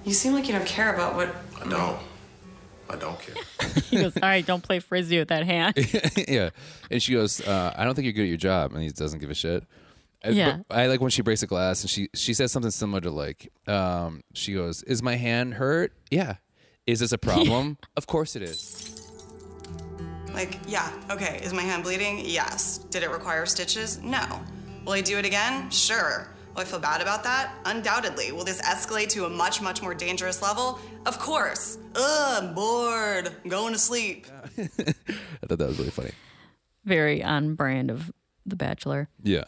H: you seem like you don't care about what.
I: I don't. I don't care.
B: he goes, "All right, don't play frisbee with that hand."
C: yeah. And she goes, uh, I don't think you're good at your job. And he doesn't give a shit. And-
B: Yeah.
C: but I like when she breaks a glass and she she says something similar to like, um, she goes, "Is my hand hurt? Yeah. Is this a problem? of course it is.
H: Like, yeah, okay. Is my hand bleeding? Yes. Did it require stitches? No. Will I do it again? Sure. Will I feel bad about that? Undoubtedly. Will this escalate to a much, much more dangerous level? Of course. Ugh, I'm bored. Going to sleep.
C: I thought that was really funny.
B: Very on brand of The Bachelor.
C: Yeah.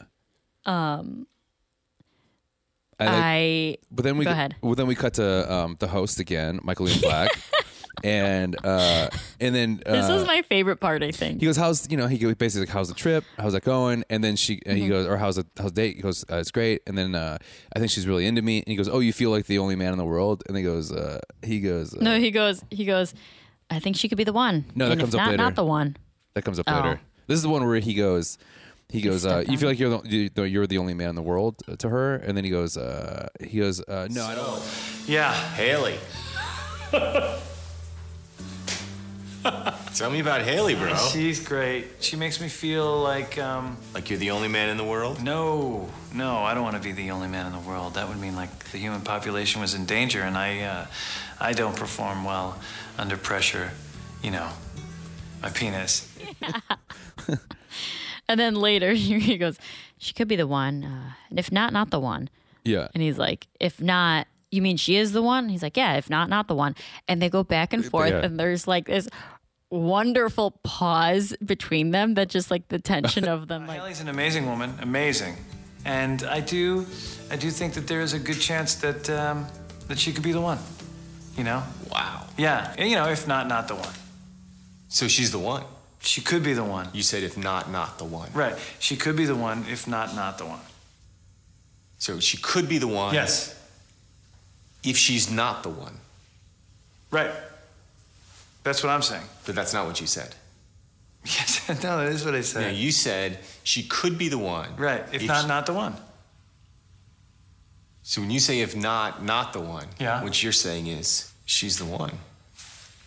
C: Um. I, like,
B: Um, I
C: But then we
B: Go ahead.
C: Well, then we cut to um, the host again, Michael Ian Black, and uh, and then uh,
B: this was my favorite part. I think
C: he goes, "How's you know?" He goes basically like, "How's the trip? How's that going?" And then she and he
B: Mm-hmm.
C: goes, "Or how's the how's the date?" He goes, uh, "It's great." And then uh, I think she's really into me. And he goes, "Oh, you feel like the only man in the world?" And he goes, uh, "He goes, uh,
B: no, he goes, he goes. I think she could be the one.
C: No, that
B: And if
C: comes up
B: not,
C: later.
B: Not the one.
C: that comes up
B: Oh.
C: later." This is the one where he goes, he goes, uh,
B: stepped
C: "You
B: on
C: feel like you're the, you- you're the only man in the world?" uh, To her, and then he goes, uh, he goes, uh, "No, I don't."
D: Yeah.
I: Haley. Tell me about Haley, bro.
D: She's great. She makes me feel like, um,
I: Like you're the only man in the world?
D: no, no, I don't want to be the only man in the world. That would mean like the human population was in danger, and I, uh, I don't perform well under pressure. You know, my penis.
B: And then later he goes, she could be the one. Uh, and if not, not the one.
C: Yeah,
B: And he's like, if not, you mean she is the one? And he's like, yeah, if not, not the one. And they go back and forth.
C: Yeah.
B: And there's like this wonderful pause between them that just like the tension of them. Like,
D: Haley's an amazing woman, amazing, and I do, I do think that there is a good chance that um, that she could be the one. You know?
F: Wow.
D: Yeah. You know, if not, not the one.
F: So she's the one.
D: She could be the one.
J: You said if not, not the one.
D: Right. She could be the one, if not, not the one.
J: So she could be the one.
D: Yes.
J: If she's not the one,
D: Right. That's what I'm saying.
J: but that's not what you said.
D: Yes. No, that is what I
J: No,
D: said.
J: you said she could be the one.
D: right. If, not,
J: she-
D: not the one.
J: So when you say if not, not the one,
D: Yeah.
J: what you're saying is she's the one.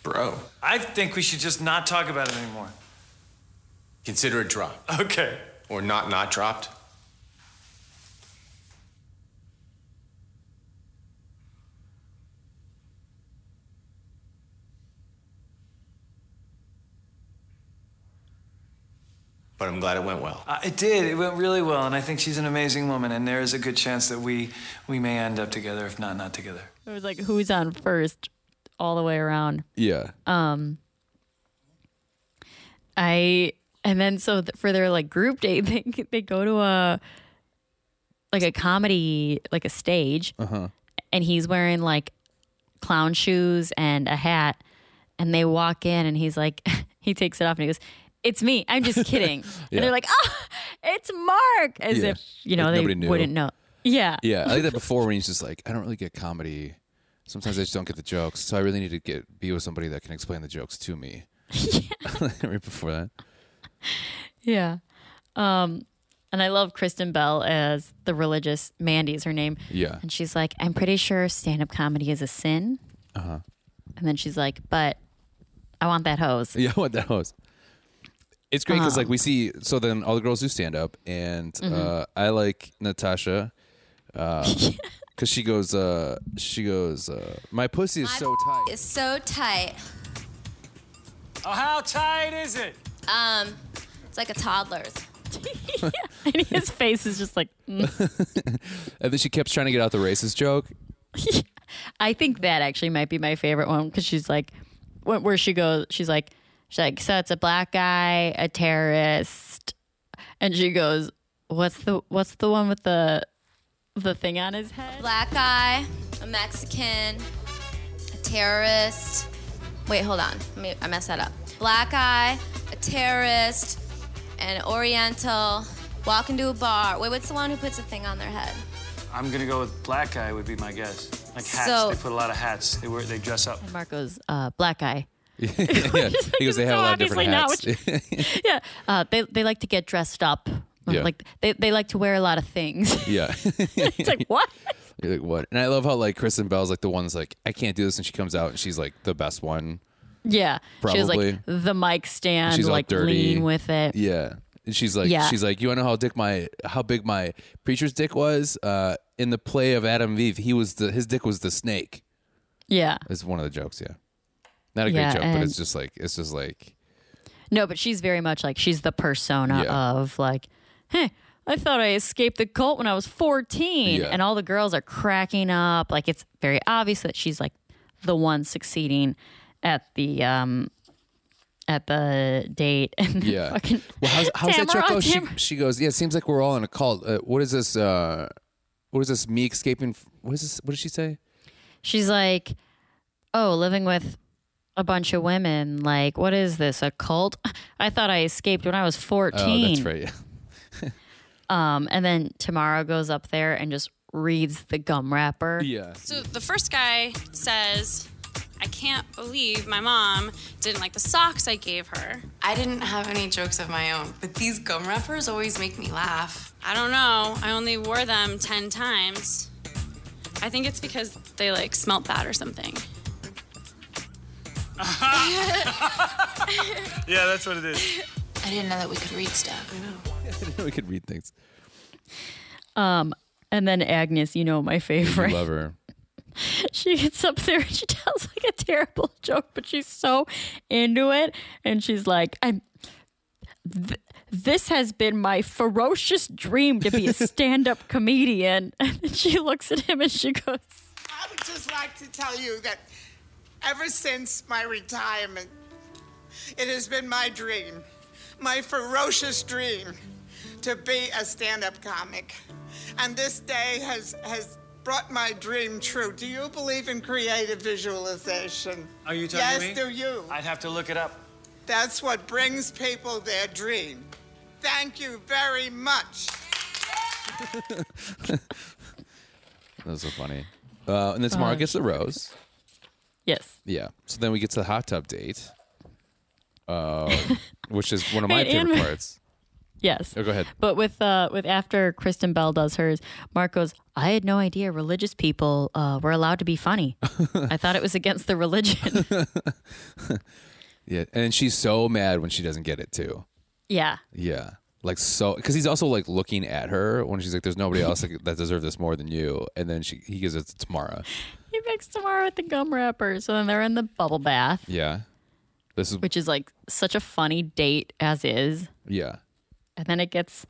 J: Bro,
D: I think we should just not talk about it anymore.
J: consider it dropped.
D: Okay.
J: Or not, not dropped. But I'm glad it went well.
D: Uh, it did. It went really well, and I think she's an amazing woman. And there is a good chance that we we may end up together, if not, not together.
B: It was like, who's on first all the way around?
C: Yeah.
B: Uh. I and then so th- for their like group date, they they go to a like a comedy like a stage,
C: Uh-huh.
B: and he's wearing like clown shoes and a hat, and they walk in and he's like he takes it off and he goes. It's me. I'm just kidding. And they're like, "Oh, it's Mark," as
C: Yeah.
B: if you know
C: Like
B: they
C: nobody knew.
B: wouldn't know. Yeah,
C: Yeah, I like that before when he's just like, I don't really get comedy. Sometimes I just don't get the jokes, so I really need to get be with somebody that can explain the jokes to me. right before that,
B: yeah. Um, and I love Kristen Bell as the religious Mandy is her name.
C: yeah,
B: And she's like, I'm pretty sure stand up comedy is a sin. And then she's like, but I want that hose.
C: yeah. What that was? It's great because like we see. So then all the girls do stand up, and uh, I like Natasha because she goes, uh, she goes, uh, my pussy is so tight.
G: It's so tight.
F: Oh, how tight is it?
G: Um, it's like a toddler's.
B: And his face is just like, mm.
C: and then she keeps trying to get out the racist joke.
B: I think that actually might be my favorite one because she's like, wh- where she goes, she's like, she's like, so it's a black guy, a terrorist, and she goes, what's the what's the one with the the thing on his head?
G: Black guy, a Mexican, a terrorist. Wait, hold on. Let me, I messed that up. Black guy, a terrorist, an Oriental, walk into a bar. Wait, what's the one who puts a thing on their head?
D: I'm gonna go with black guy would be my guess. Like hats,
G: So-
D: they put a lot of hats. They wear, they dress up.
B: Mark goes, uh, black guy.
C: Yeah, because
B: it's
C: they have
B: so
C: a lot of different hats.
B: obviously yeah, uh, they they like to get dressed up.
C: Yeah.
B: Like they, they like to wear a lot of things.
C: yeah.
B: it's like what?
C: You're like, what? And I love how like Kristen Bell's like the one that's like, I can't do this, and she comes out and she's like the best one.
B: Yeah, she was
C: Probably.
B: like the mic stand,
C: She's all
B: like
C: dirty.
B: lean with it.
C: Yeah. And she's like,
B: Yeah.
C: she's like, you wanna know how dick my how big my preacher's dick was? Uh, in the play of Adam and Eve, he was the his dick was the snake.
B: Yeah,
C: Is one of the jokes. Yeah. Not a
B: Yeah,
C: great joke,
B: and-
C: but it's just like it's just like
B: no, but she's very much like she's the persona
C: Yeah.
B: of like, hey, I thought I escaped the cult when I was fourteen,
C: Yeah.
B: and all the girls are cracking up. Like it's very obvious that she's like the one succeeding at the um at the date. And
C: yeah.
B: fucking
C: well, how's, how's that
B: Tamara,
C: joke go? She,
B: Tamara.
C: she goes, yeah. It seems like we're all in a cult. Uh, what is this? Uh, what is this? Me escaping? f- What is this? What did she say?
B: she's like, "Oh, living with a bunch of women. Like, what is this? A cult? I thought I escaped when I was 14."
C: Oh, that's right. Yeah.
B: Um, and then Tamara goes up there and just reads the gum wrapper.
C: Yeah.
K: So the first guy says, I can't believe my mom didn't like the socks I gave her.
H: I didn't have any jokes of my own, but these gum wrappers always make me laugh.
K: I don't know. I only wore them 10 times. I think it's because they like smelt bad or something.
D: Yeah, that's what it is.
K: I didn't know that we could read stuff.
C: we could read things.
B: And then Agnes, you know my
C: You
B: favorite.
C: love her.
B: She gets up there and she tells like a terrible joke, but she's so into it, and she's like, "I'm." th- this has been my ferocious dream to be a stand-up comedian. And she looks at him and she goes,
K: I would just like to tell you that ever since my retirement, it has been my dream, my ferocious dream, to be a stand up comic. And this day has, has brought my dream true. Do you believe in creative visualization?
D: Are you talking
K: yes,
D: to me?
K: do you?
D: I'd have to look it up.
K: That's what brings people their dream. Thank you very much.
C: That was so funny. Uh, and then tomorrow
B: Uh,
C: gets the rose.
B: Yes.
C: Yeah. So then we get to the hot tub date, uh, which is one of my
B: Wait, and
C: favorite
B: we-
C: parts.
B: Yes.
C: Oh, go ahead.
B: But with uh, with after Kristen Bell does hers, Mark goes, I had no idea religious people uh, were allowed to be funny. I thought it was against the religion.
C: Yeah. And she's so mad when she doesn't get it too.
B: yeah.
C: Yeah. Like so, because he's also like looking at her when she's like, "There's nobody else like, that deserves this more than you," and then she he gives it to Tamara.
B: He picks tomorrow with the gum wrapper. So then they're in the bubble bath,
C: Yeah, this is
B: which is like such a funny date as is.
C: yeah.
B: And then it gets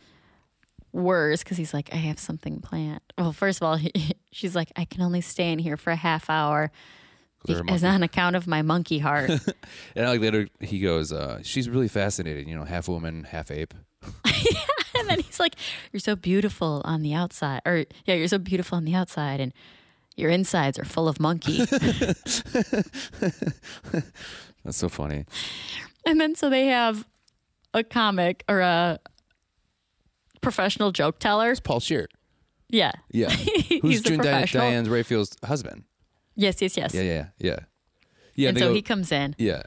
B: worse because he's like, I have something planned. Well, first of all, he, she's like, I can only stay in here for a half hour.
C: they're a
B: It's
C: monkey.
B: on account of my monkey heart.
C: And like later he goes, uh, "She's really fascinated, you know, half woman, half ape."
B: and then he's like, "You're so beautiful on the outside, or yeah, you're so beautiful on the outside, and your insides are full of monkey."
C: That's so funny.
B: and then so they have a comic or a professional joke teller.
C: Paul Shear.
B: Yeah.
C: Yeah, who's
B: He's a
C: June Di-
B: professional.
C: Diane Raphael's husband?
B: Yes. Yes. Yes.
C: Yeah, yeah, yeah. Yeah,
B: and
C: they
B: so
C: go-
B: he comes in
C: Yeah,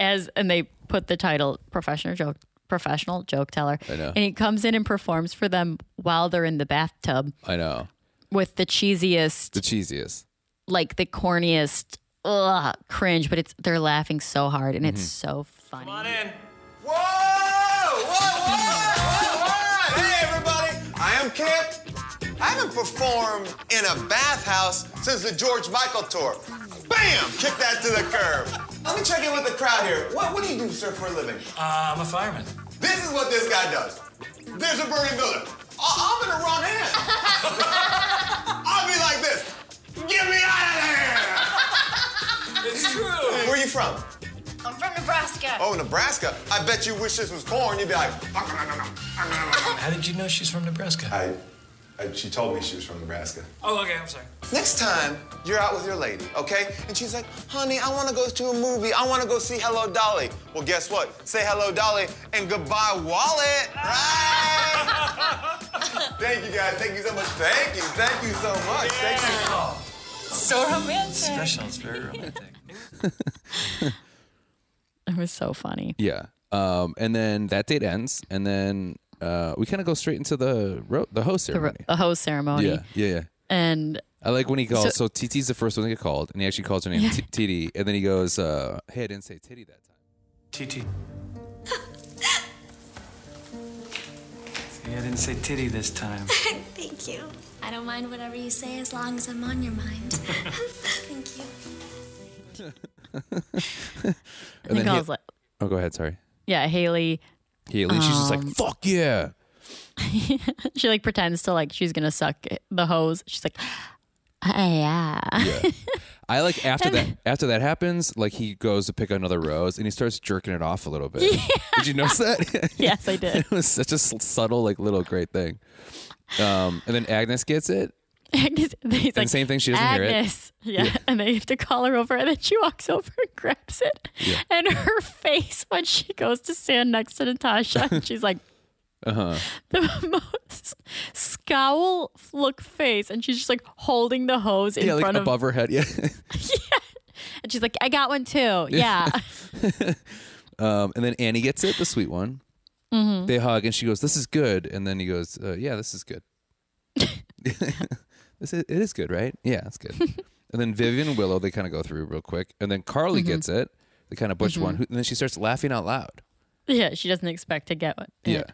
B: as, and they put the title "professional joke." Professional joke teller,
C: I know.
B: and he comes in and performs for them while they're in the bathtub
C: I know.
B: with the cheesiest
C: The cheesiest.
B: like the corniest ugh, cringe, but it's they're laughing so hard and it's
C: Mhm.
B: so funny.
F: Come on in.
L: Hey, everybody! I am Kent. I haven't performed in a bathhouse since the George Michael tour. Bam! Kick that to the curb. Let me check in with the crowd here. What, what do you do, sir, for a living?
D: Uh, I'm a fireman.
L: This is what this guy does. There's a burning building. I- I'm in the wrong hand. I'll be like this. Get me out of there! It's true. Where are you from?
M: I'm from Nebraska.
L: Oh, Nebraska. I bet you wish this was corn. You'd be like,
D: How did you know she's from Nebraska?
L: I, I, she told me she was from Nebraska.
D: Oh, okay. I'm sorry.
L: Next time you're out with your lady, okay? And she's like, honey, I wanna go to a movie. I wanna go see Hello Dolly. Well, guess what? Say hello, Dolly, and goodbye, wallet, right? Thank you guys. Thank you so much. Thank you. Thank you so much. Thank you.
M: So romantic.
D: Special. It's very romantic.
B: It was so funny.
C: Yeah. Um, and then that date ends, and then uh, we kind of go straight into the ro- the host
B: The, ro-
C: ceremony.
B: the host ceremony.
C: Yeah, yeah, yeah.
B: And
C: I like when he calls.
B: So-
C: So, TT's the first one to get called, and he actually calls her name
B: Yeah.
C: T TT, and then he goes, uh, "Hey, I didn't say titty that time."
D: TT. See, I didn't say titty this time.
M: Thank you. I don't mind whatever you say as long as I'm on your mind. Thank you.
C: And
B: think
C: then
B: I
C: he-
B: was like-
C: "Oh, go ahead, sorry."
B: yeah, Haley
C: He at least she's just
B: Um,
C: like, "Fuck yeah."
B: she like pretends to like she's gonna suck the hose. She's like, ah, yeah.
C: Yeah. I like after that after that happens, like he goes to pick another rose and he starts jerking it off a little bit. Did you notice that?
B: yes, I did.
C: it was such a s- subtle, like little great thing. Um, and then Agnes gets it.
B: Agnes, he's
C: And
B: like,
C: same thing, she doesn't hear it.
B: Agnes. Yeah.
C: Yeah.
B: and they have to call her over, and then she walks over and grabs it,
C: Yeah.
B: and her face when she goes to stand next to Natasha, and she's like,
C: Uh huh.
B: the most scowl look face, and she's just like holding the hose in
C: Yeah, like
B: front
C: above
B: of,
C: her head. Yeah.
B: and she's like, "I got one too." Yeah,
C: um, and then Annie gets it, the sweet one.
B: Mhm.
C: They hug and she goes, "This is good." And then he goes, uh, "Yeah, this is good. this is, it is good, right? Yeah, it's good." and then Vivian and Willow they kind of go through real quick, and then Carly
B: Mhm.
C: gets it, the kind of butch one,
B: Mhm.
C: who, and then she starts laughing out loud.
B: yeah. She doesn't expect to get one.
C: Yeah.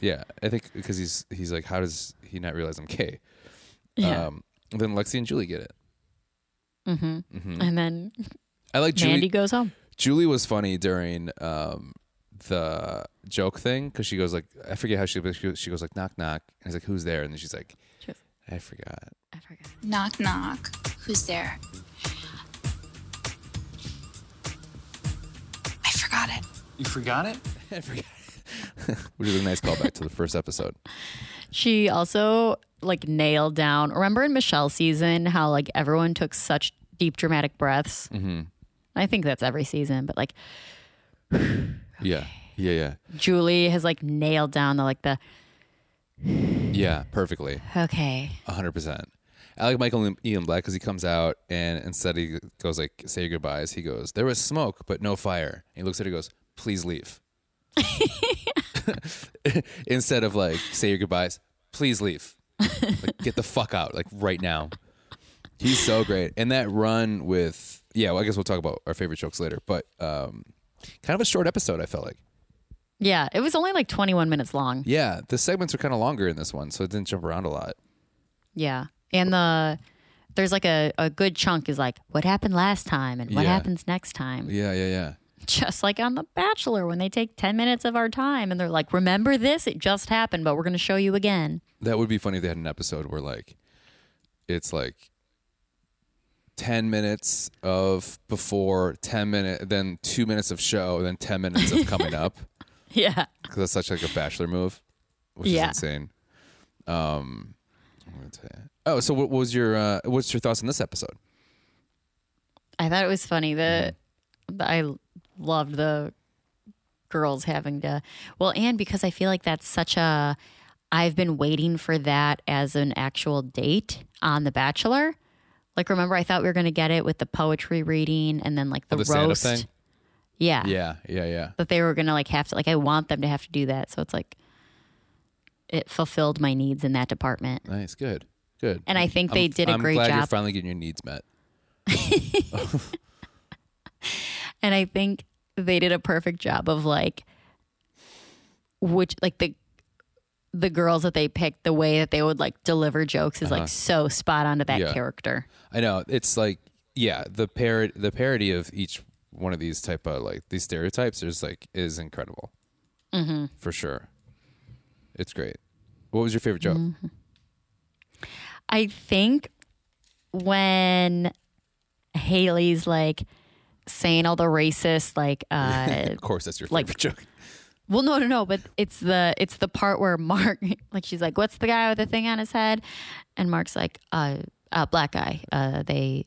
C: Yeah. I think because he's he's like, how does he not realize I'm gay?
B: Yeah.
C: Um, and then Lexi and Julie get it.
B: Mm-hmm.
C: Mhm.
B: And then
C: I like Julie.
B: Mandy goes home.
C: Julie was funny during um, the joke thing because she goes like, I forget how she, but she goes- she goes like, knock knock, and he's like, who's there? And then she's like, I forgot.
M: Knock, knock. Who's there? I forgot it.
D: You forgot it?
C: I forgot. Which is a nice callback to the first episode.
B: She also like nailed down. Remember in Michelle's season how like everyone took such deep dramatic breaths.
C: Mm-hmm.
B: I think that's every season, but like
C: Yeah. Yeah. Yeah.
B: Julie has like nailed down the like the
C: Yeah, perfectly.
B: Okay.
C: A hundred percent. I like Michael Ian Black because he comes out and instead he goes like, "Say your goodbyes." He goes, "There was smoke, but no fire." And he looks at her, and goes, "Please leave." instead of like, "Say your goodbyes," please leave. like, get the fuck out, like right now. He's so great, and that run with yeah. Well, I guess we'll talk about our favorite jokes later, but um, kind of a short episode. I felt like.
B: Yeah, it was only like 21 minutes long.
C: Yeah, the segments were kind of longer in this one, so it didn't jump around a lot.
B: Yeah. And the there's like a, a good chunk is like what happened last time and what
C: Yeah.
B: happens next time.
C: Yeah, yeah, yeah.
B: Just like on The Bachelor when they take 10 minutes of our time and they're like, "Remember this? It just happened, but we're going to show you again."
C: That would be funny if they had an episode where like it's like 10 minutes of before 10 minute then 2 minutes of show then 10 minutes of coming up
B: Yeah.
C: cuz that's such like a bachelor move which
B: Yeah.
C: is insane. Um what was I- Oh, so what was your uh, what's your thoughts on this episode?
B: I thought it was funny that I loved the girls having to. Well, and because I feel like that's such a. I've been waiting for that as an actual date on The Bachelor. Like, remember, I thought we were going to get it with the poetry reading and then like the,
C: Oh, the stand-up
B: roast.
C: thing?
B: Yeah.
C: Yeah, yeah, yeah.
B: That they were going to like have to, like, I want them to have to do that. So it's like, it fulfilled my needs in that department.
C: Nice, good. Good.
B: And I think they did a
C: I'm
B: great
C: glad You're
B: job.
C: finally getting your needs met.
B: And I think they did a perfect job of like which like the the girls that they picked, the way that they would like deliver jokes is
C: Uh-huh.
B: like so spot on to that
C: Yeah.
B: character.
C: I know it's like yeah, the parod the parody of each one of these type of like these stereotypes is like is incredible
B: Mm-hmm.
C: for sure. It's great. What was your favorite joke?
B: Mm-hmm. I think when Haley's like saying all the racist like uh
C: of course, that's your favorite
B: like-
C: joke.
B: Well, no, no, no. But it's the it's the part where Mark, like, she's like, "What's the guy with the thing on his head?" And Mark's like, "Uh, uh black guy. Uh, they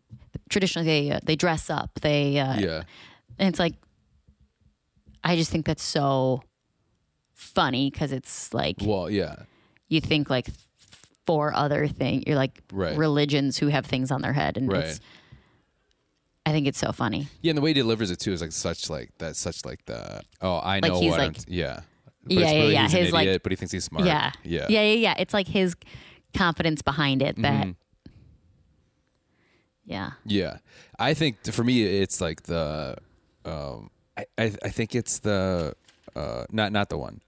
B: traditionally they uh, they dress up. They uh,
C: yeah,
B: And it's like, I just think that's so funny because it's like,
C: well, yeah,
B: you think like four other thing. You're like
C: Right.
B: religions who have things on their head, and
C: right.
B: it's, I think it's so funny.
C: Yeah, and the way he delivers it too is like such like that's such like the oh I
B: Like
C: know
B: he's
C: what I'm
B: like-
C: yeah but
B: Yeah,
C: it's
B: yeah,
C: really
B: yeah,
C: he's an
B: his, like-
C: idiot but he thinks he's smart
B: Yeah.
C: yeah
B: Yeah. Yeah. Yeah. It's like his confidence behind it that.
C: Mhm.
B: Yeah.
C: Yeah, I think t- for me it's like the, um, I, I I think it's the, uh, not not the one.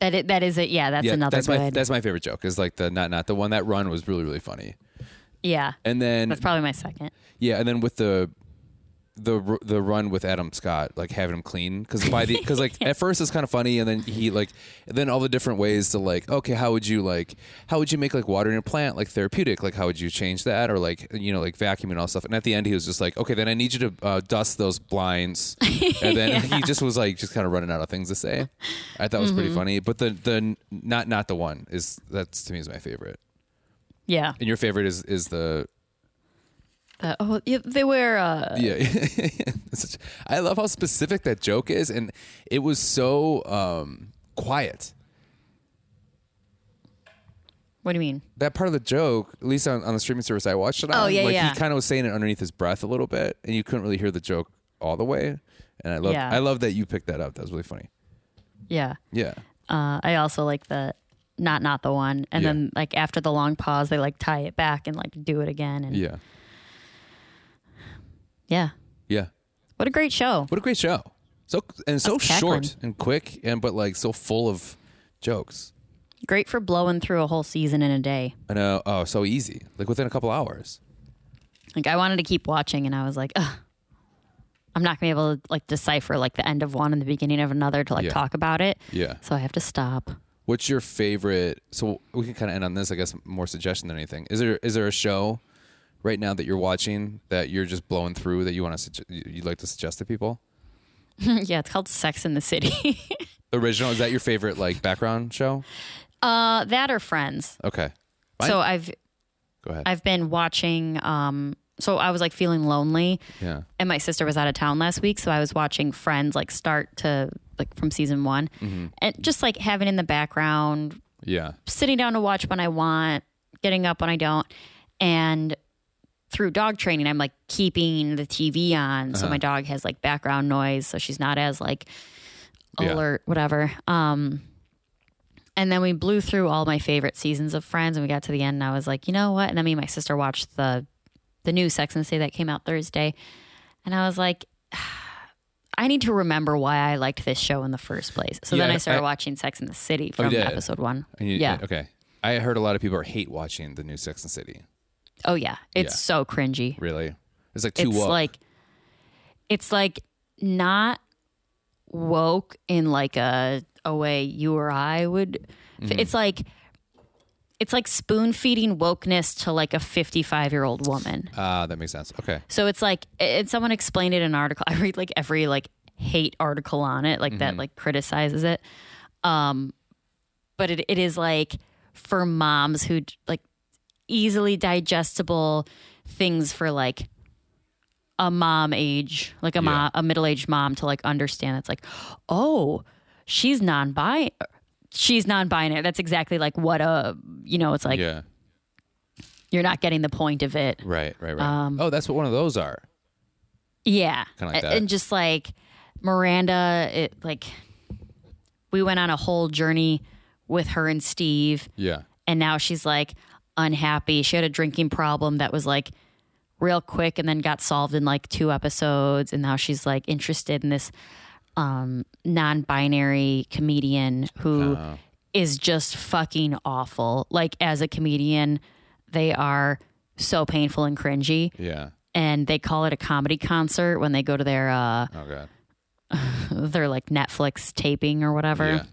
B: That it, that is it. Yeah, that's
C: yeah,
B: another
C: That's
B: good.
C: my that's my favorite joke is like the not not the one that run was really really funny.
B: yeah,
C: And then
B: that's probably my second.
C: yeah, and then with the the r- the run with Adam Scott like having him clean because by the because like at first it's kind of funny and then he like and then all the different ways to like okay how would you like how would you make like watering a plant like therapeutic like how would you change that or like you know like vacuum and all stuff and at the end he was just like okay then I need you to uh, dust those blinds and then
B: Yeah.
C: he just was like just kind of running out of things to say I thought it was pretty
B: Mhm.
C: funny but the the n- not not the one is that's to me is my favorite
B: Yeah.
C: and your favorite is is the
B: Uh, oh, yeah, they wear. Uh,
C: yeah It's such- i love how specific that joke is and it was so um quiet
B: What do you mean?
C: that part of the joke at least on, on the streaming service i watched it
B: Oh,
C: on
B: yeah,
C: like
B: yeah.
C: he kind of was saying it underneath his breath a little bit and you couldn't really hear the joke all the way and i love
B: Yeah.
C: i love that you picked that up that was really funny
B: Yeah.
C: yeah
B: Uh, I also like the not not the one, and
C: Yeah.
B: then like after the long pause, they like tie it back and like do it again, and
C: yeah
B: yeah.
C: yeah
B: What a great show!
C: what a great show so and so
B: Us cackling.
C: short and quick and but like so full of jokes
B: Great for blowing through a whole season in a day.
C: i know oh so easy like within a couple hours
B: Like I wanted to keep watching, and I was like, Ugh, I'm not gonna be able to like decipher like the end of one and the beginning of another to like
C: Yeah.
B: talk about it.
C: yeah
B: So I have to stop.
C: What's your favorite? So we can kind of end on this, I guess, more suggestion than anything. Is there is there a show right now that you're watching that you're just blowing through that you want to suge- you'd like to suggest to people?
B: yeah, it's called Sex in the City.
C: Original is that your favorite like background show?
B: uh, that or Friends.
C: Okay, Fine.
B: So I've
C: go ahead.
B: I've been watching um, so I was like feeling lonely.
C: Yeah.
B: And my sister was out of town last week, so I was watching Friends like start to like from season one,
C: Mhm.
B: and just like having in the background,
C: Yeah.
B: sitting down to watch when I want, getting up when I don't, and through dog training, I'm like keeping the TV on, so
C: Uh-huh.
B: my dog has like background noise, so she's not as like
C: Yeah.
B: alert, whatever. Um, and then we blew through all my favorite seasons of Friends, and we got to the end, and I was like, you know what? And then me and my sister watched the the new Sex and the City that came out Thursday, and I was like. I need to remember why I liked this show in the first place. So then
C: Yeah,
B: I started
C: I-
B: watching Sex and the City
C: Oh, you
B: from
C: did?
B: episode one.
C: And you- uh,
B: yeah.
C: Okay. I heard a lot of people are hate watching the new Sex and the City.
B: Oh yeah, it's
C: Yeah.
B: so cringy.
C: Really? It's like too
B: it's
C: woke.
B: like it's like not woke in like a a way you or I would.
C: Mhm.
B: It's like it's like spoon feeding wokeness to like a fifty five year old woman.
C: Ah, that makes sense. Okay.
B: So it's like, and someone explained it in an article. I read like every like hate article on it, like that
C: Mhm.
B: like criticizes it. Um, but it, it is like for moms who like easily digestible things for like a mom age, like a mom, a middle aged mom to like understand. It's like, oh, she's non bi She's non-binary. That's exactly like what a you know. It's like
C: yeah.
B: you're not getting the point of it.
C: Right, right, right.
B: Um,
C: oh, that's what one of those are.
B: Yeah.
C: Kinda like
B: A-
C: that.
B: And just like Miranda, it like we went on a whole journey with her and Steve
C: Yeah.
B: and now she's like unhappy. She had a drinking problem that was like real quick and then got solved in like two episodes and now she's like interested in this um non-binary comedian who is
C: Oh.
B: just fucking awful. Like as a comedian, they are so painful and cringy
C: Yeah.
B: and they call it a comedy concert when they go to their uh
C: Oh god.
B: their like Netflix taping or whatever.
C: Yeah.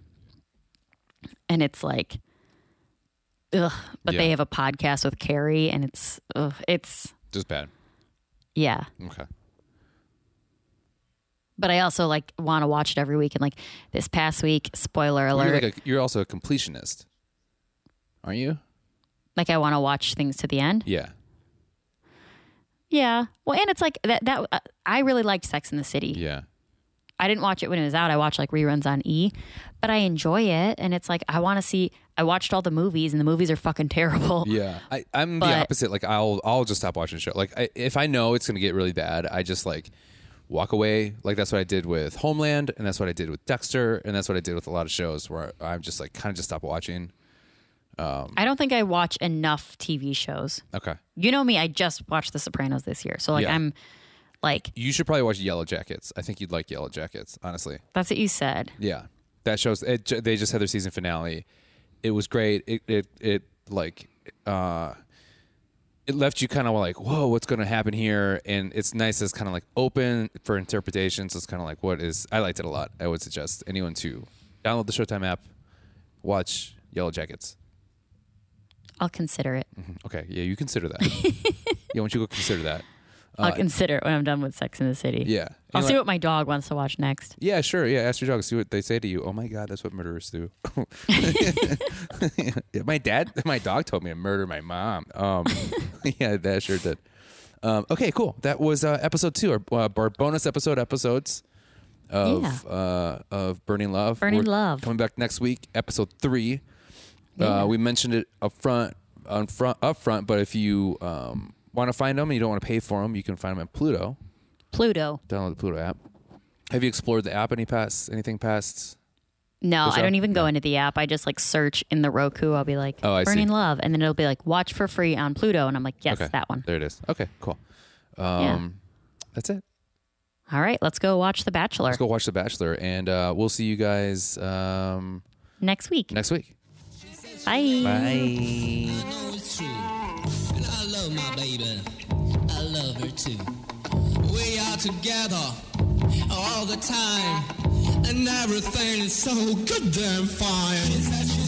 B: And it's like ugh, but they
C: Yeah.
B: have a podcast with Carrie and it's ugh, it's
C: Just bad.
B: yeah.
C: Okay.
B: But I also like want to watch it every week and like this past week, spoiler
C: Well,
B: alert,
C: You're,
B: like,
C: like a, you're also a completionist, aren't you?
B: I want to watch things to the end.
C: Yeah.
B: Yeah. Well, and it's like that that uh, I really liked Sex in the City.
C: Yeah.
B: I didn't watch it when it was out. I watched like reruns on E, but I enjoy it. And it's like, I want to see, I watched all the movies and the movies are fucking terrible.
C: Yeah. I, I'm the
B: But-
C: opposite. Like I'll I'll just stop watching the show. Like I, if I know it's gonna get really bad, I just like walk away. Like that's what I did with Homeland, and that's what I did with Dexter, and that's what I did with a lot of shows where I, I'm just like kind of just stop watching. Um.
B: I don't think I watch enough TV shows.
C: Okay.
B: You know me, I just watched The Sopranos this year. So like,
C: Yeah.
B: I'm like,
C: You should probably watch Yellow Jackets. I think you'd like Yellow Jackets, honestly.
B: that's what you said.
C: Yeah, that shows. It, ju- they just had their season finale. It was great. It it it like uh, it left you kind of like, whoa, what's going to happen here? And it's nice. It's kind of like open for interpretation. So it's kind of like what is. I liked it a lot. I would suggest anyone to download the Showtime app, watch Yellow Jackets.
B: I'll consider it.
C: Mhm. Okay, yeah, you consider that. yeah, once you go consider that.
B: I'll
C: Uh,
B: consider it when I'm done with Sex in the City.
C: Yeah.
B: I'll
C: And
B: see
C: like-
B: what my dog wants to watch next.
C: Yeah, sure. Yeah, ask your dog. See what they say to you. Oh my God, that's what murderers do. Yeah, my dad, my dog told me to murder my mom. Um, yeah, that sure did. Um, okay, cool. That was uh, episode two, our, uh, our bonus episode episodes of uh, of Burning Love.
B: Burning Love.
C: coming back next week, episode three.
B: Yeah.
C: Uh, we mentioned it up front, on front, up front. But if you um, want to find them and you don't want to pay for them, you can find them at Pluto.
B: Pluto.
C: Download the Pluto app. Have you explored the app any past anything past?
B: No,
C: Is
B: I
C: that-
B: don't even go into the app. I just like search in the Roku. I'll be like,
C: Oh, I see.
B: Burning Love. And then it'll be like, watch for free on Pluto. And I'm like, yes,
C: okay.
B: that one.
C: There it is. Okay, cool. Um, That's it.
B: All right, let's go watch The Bachelor
C: Let's go watch The Bachelor, and uh, we'll see you guys um,
B: next week.
C: next week.
B: Bye.
C: Bye.
N: it's true. And I love my baby. I love her too. We are together all the time. And everything is so goddamn fine.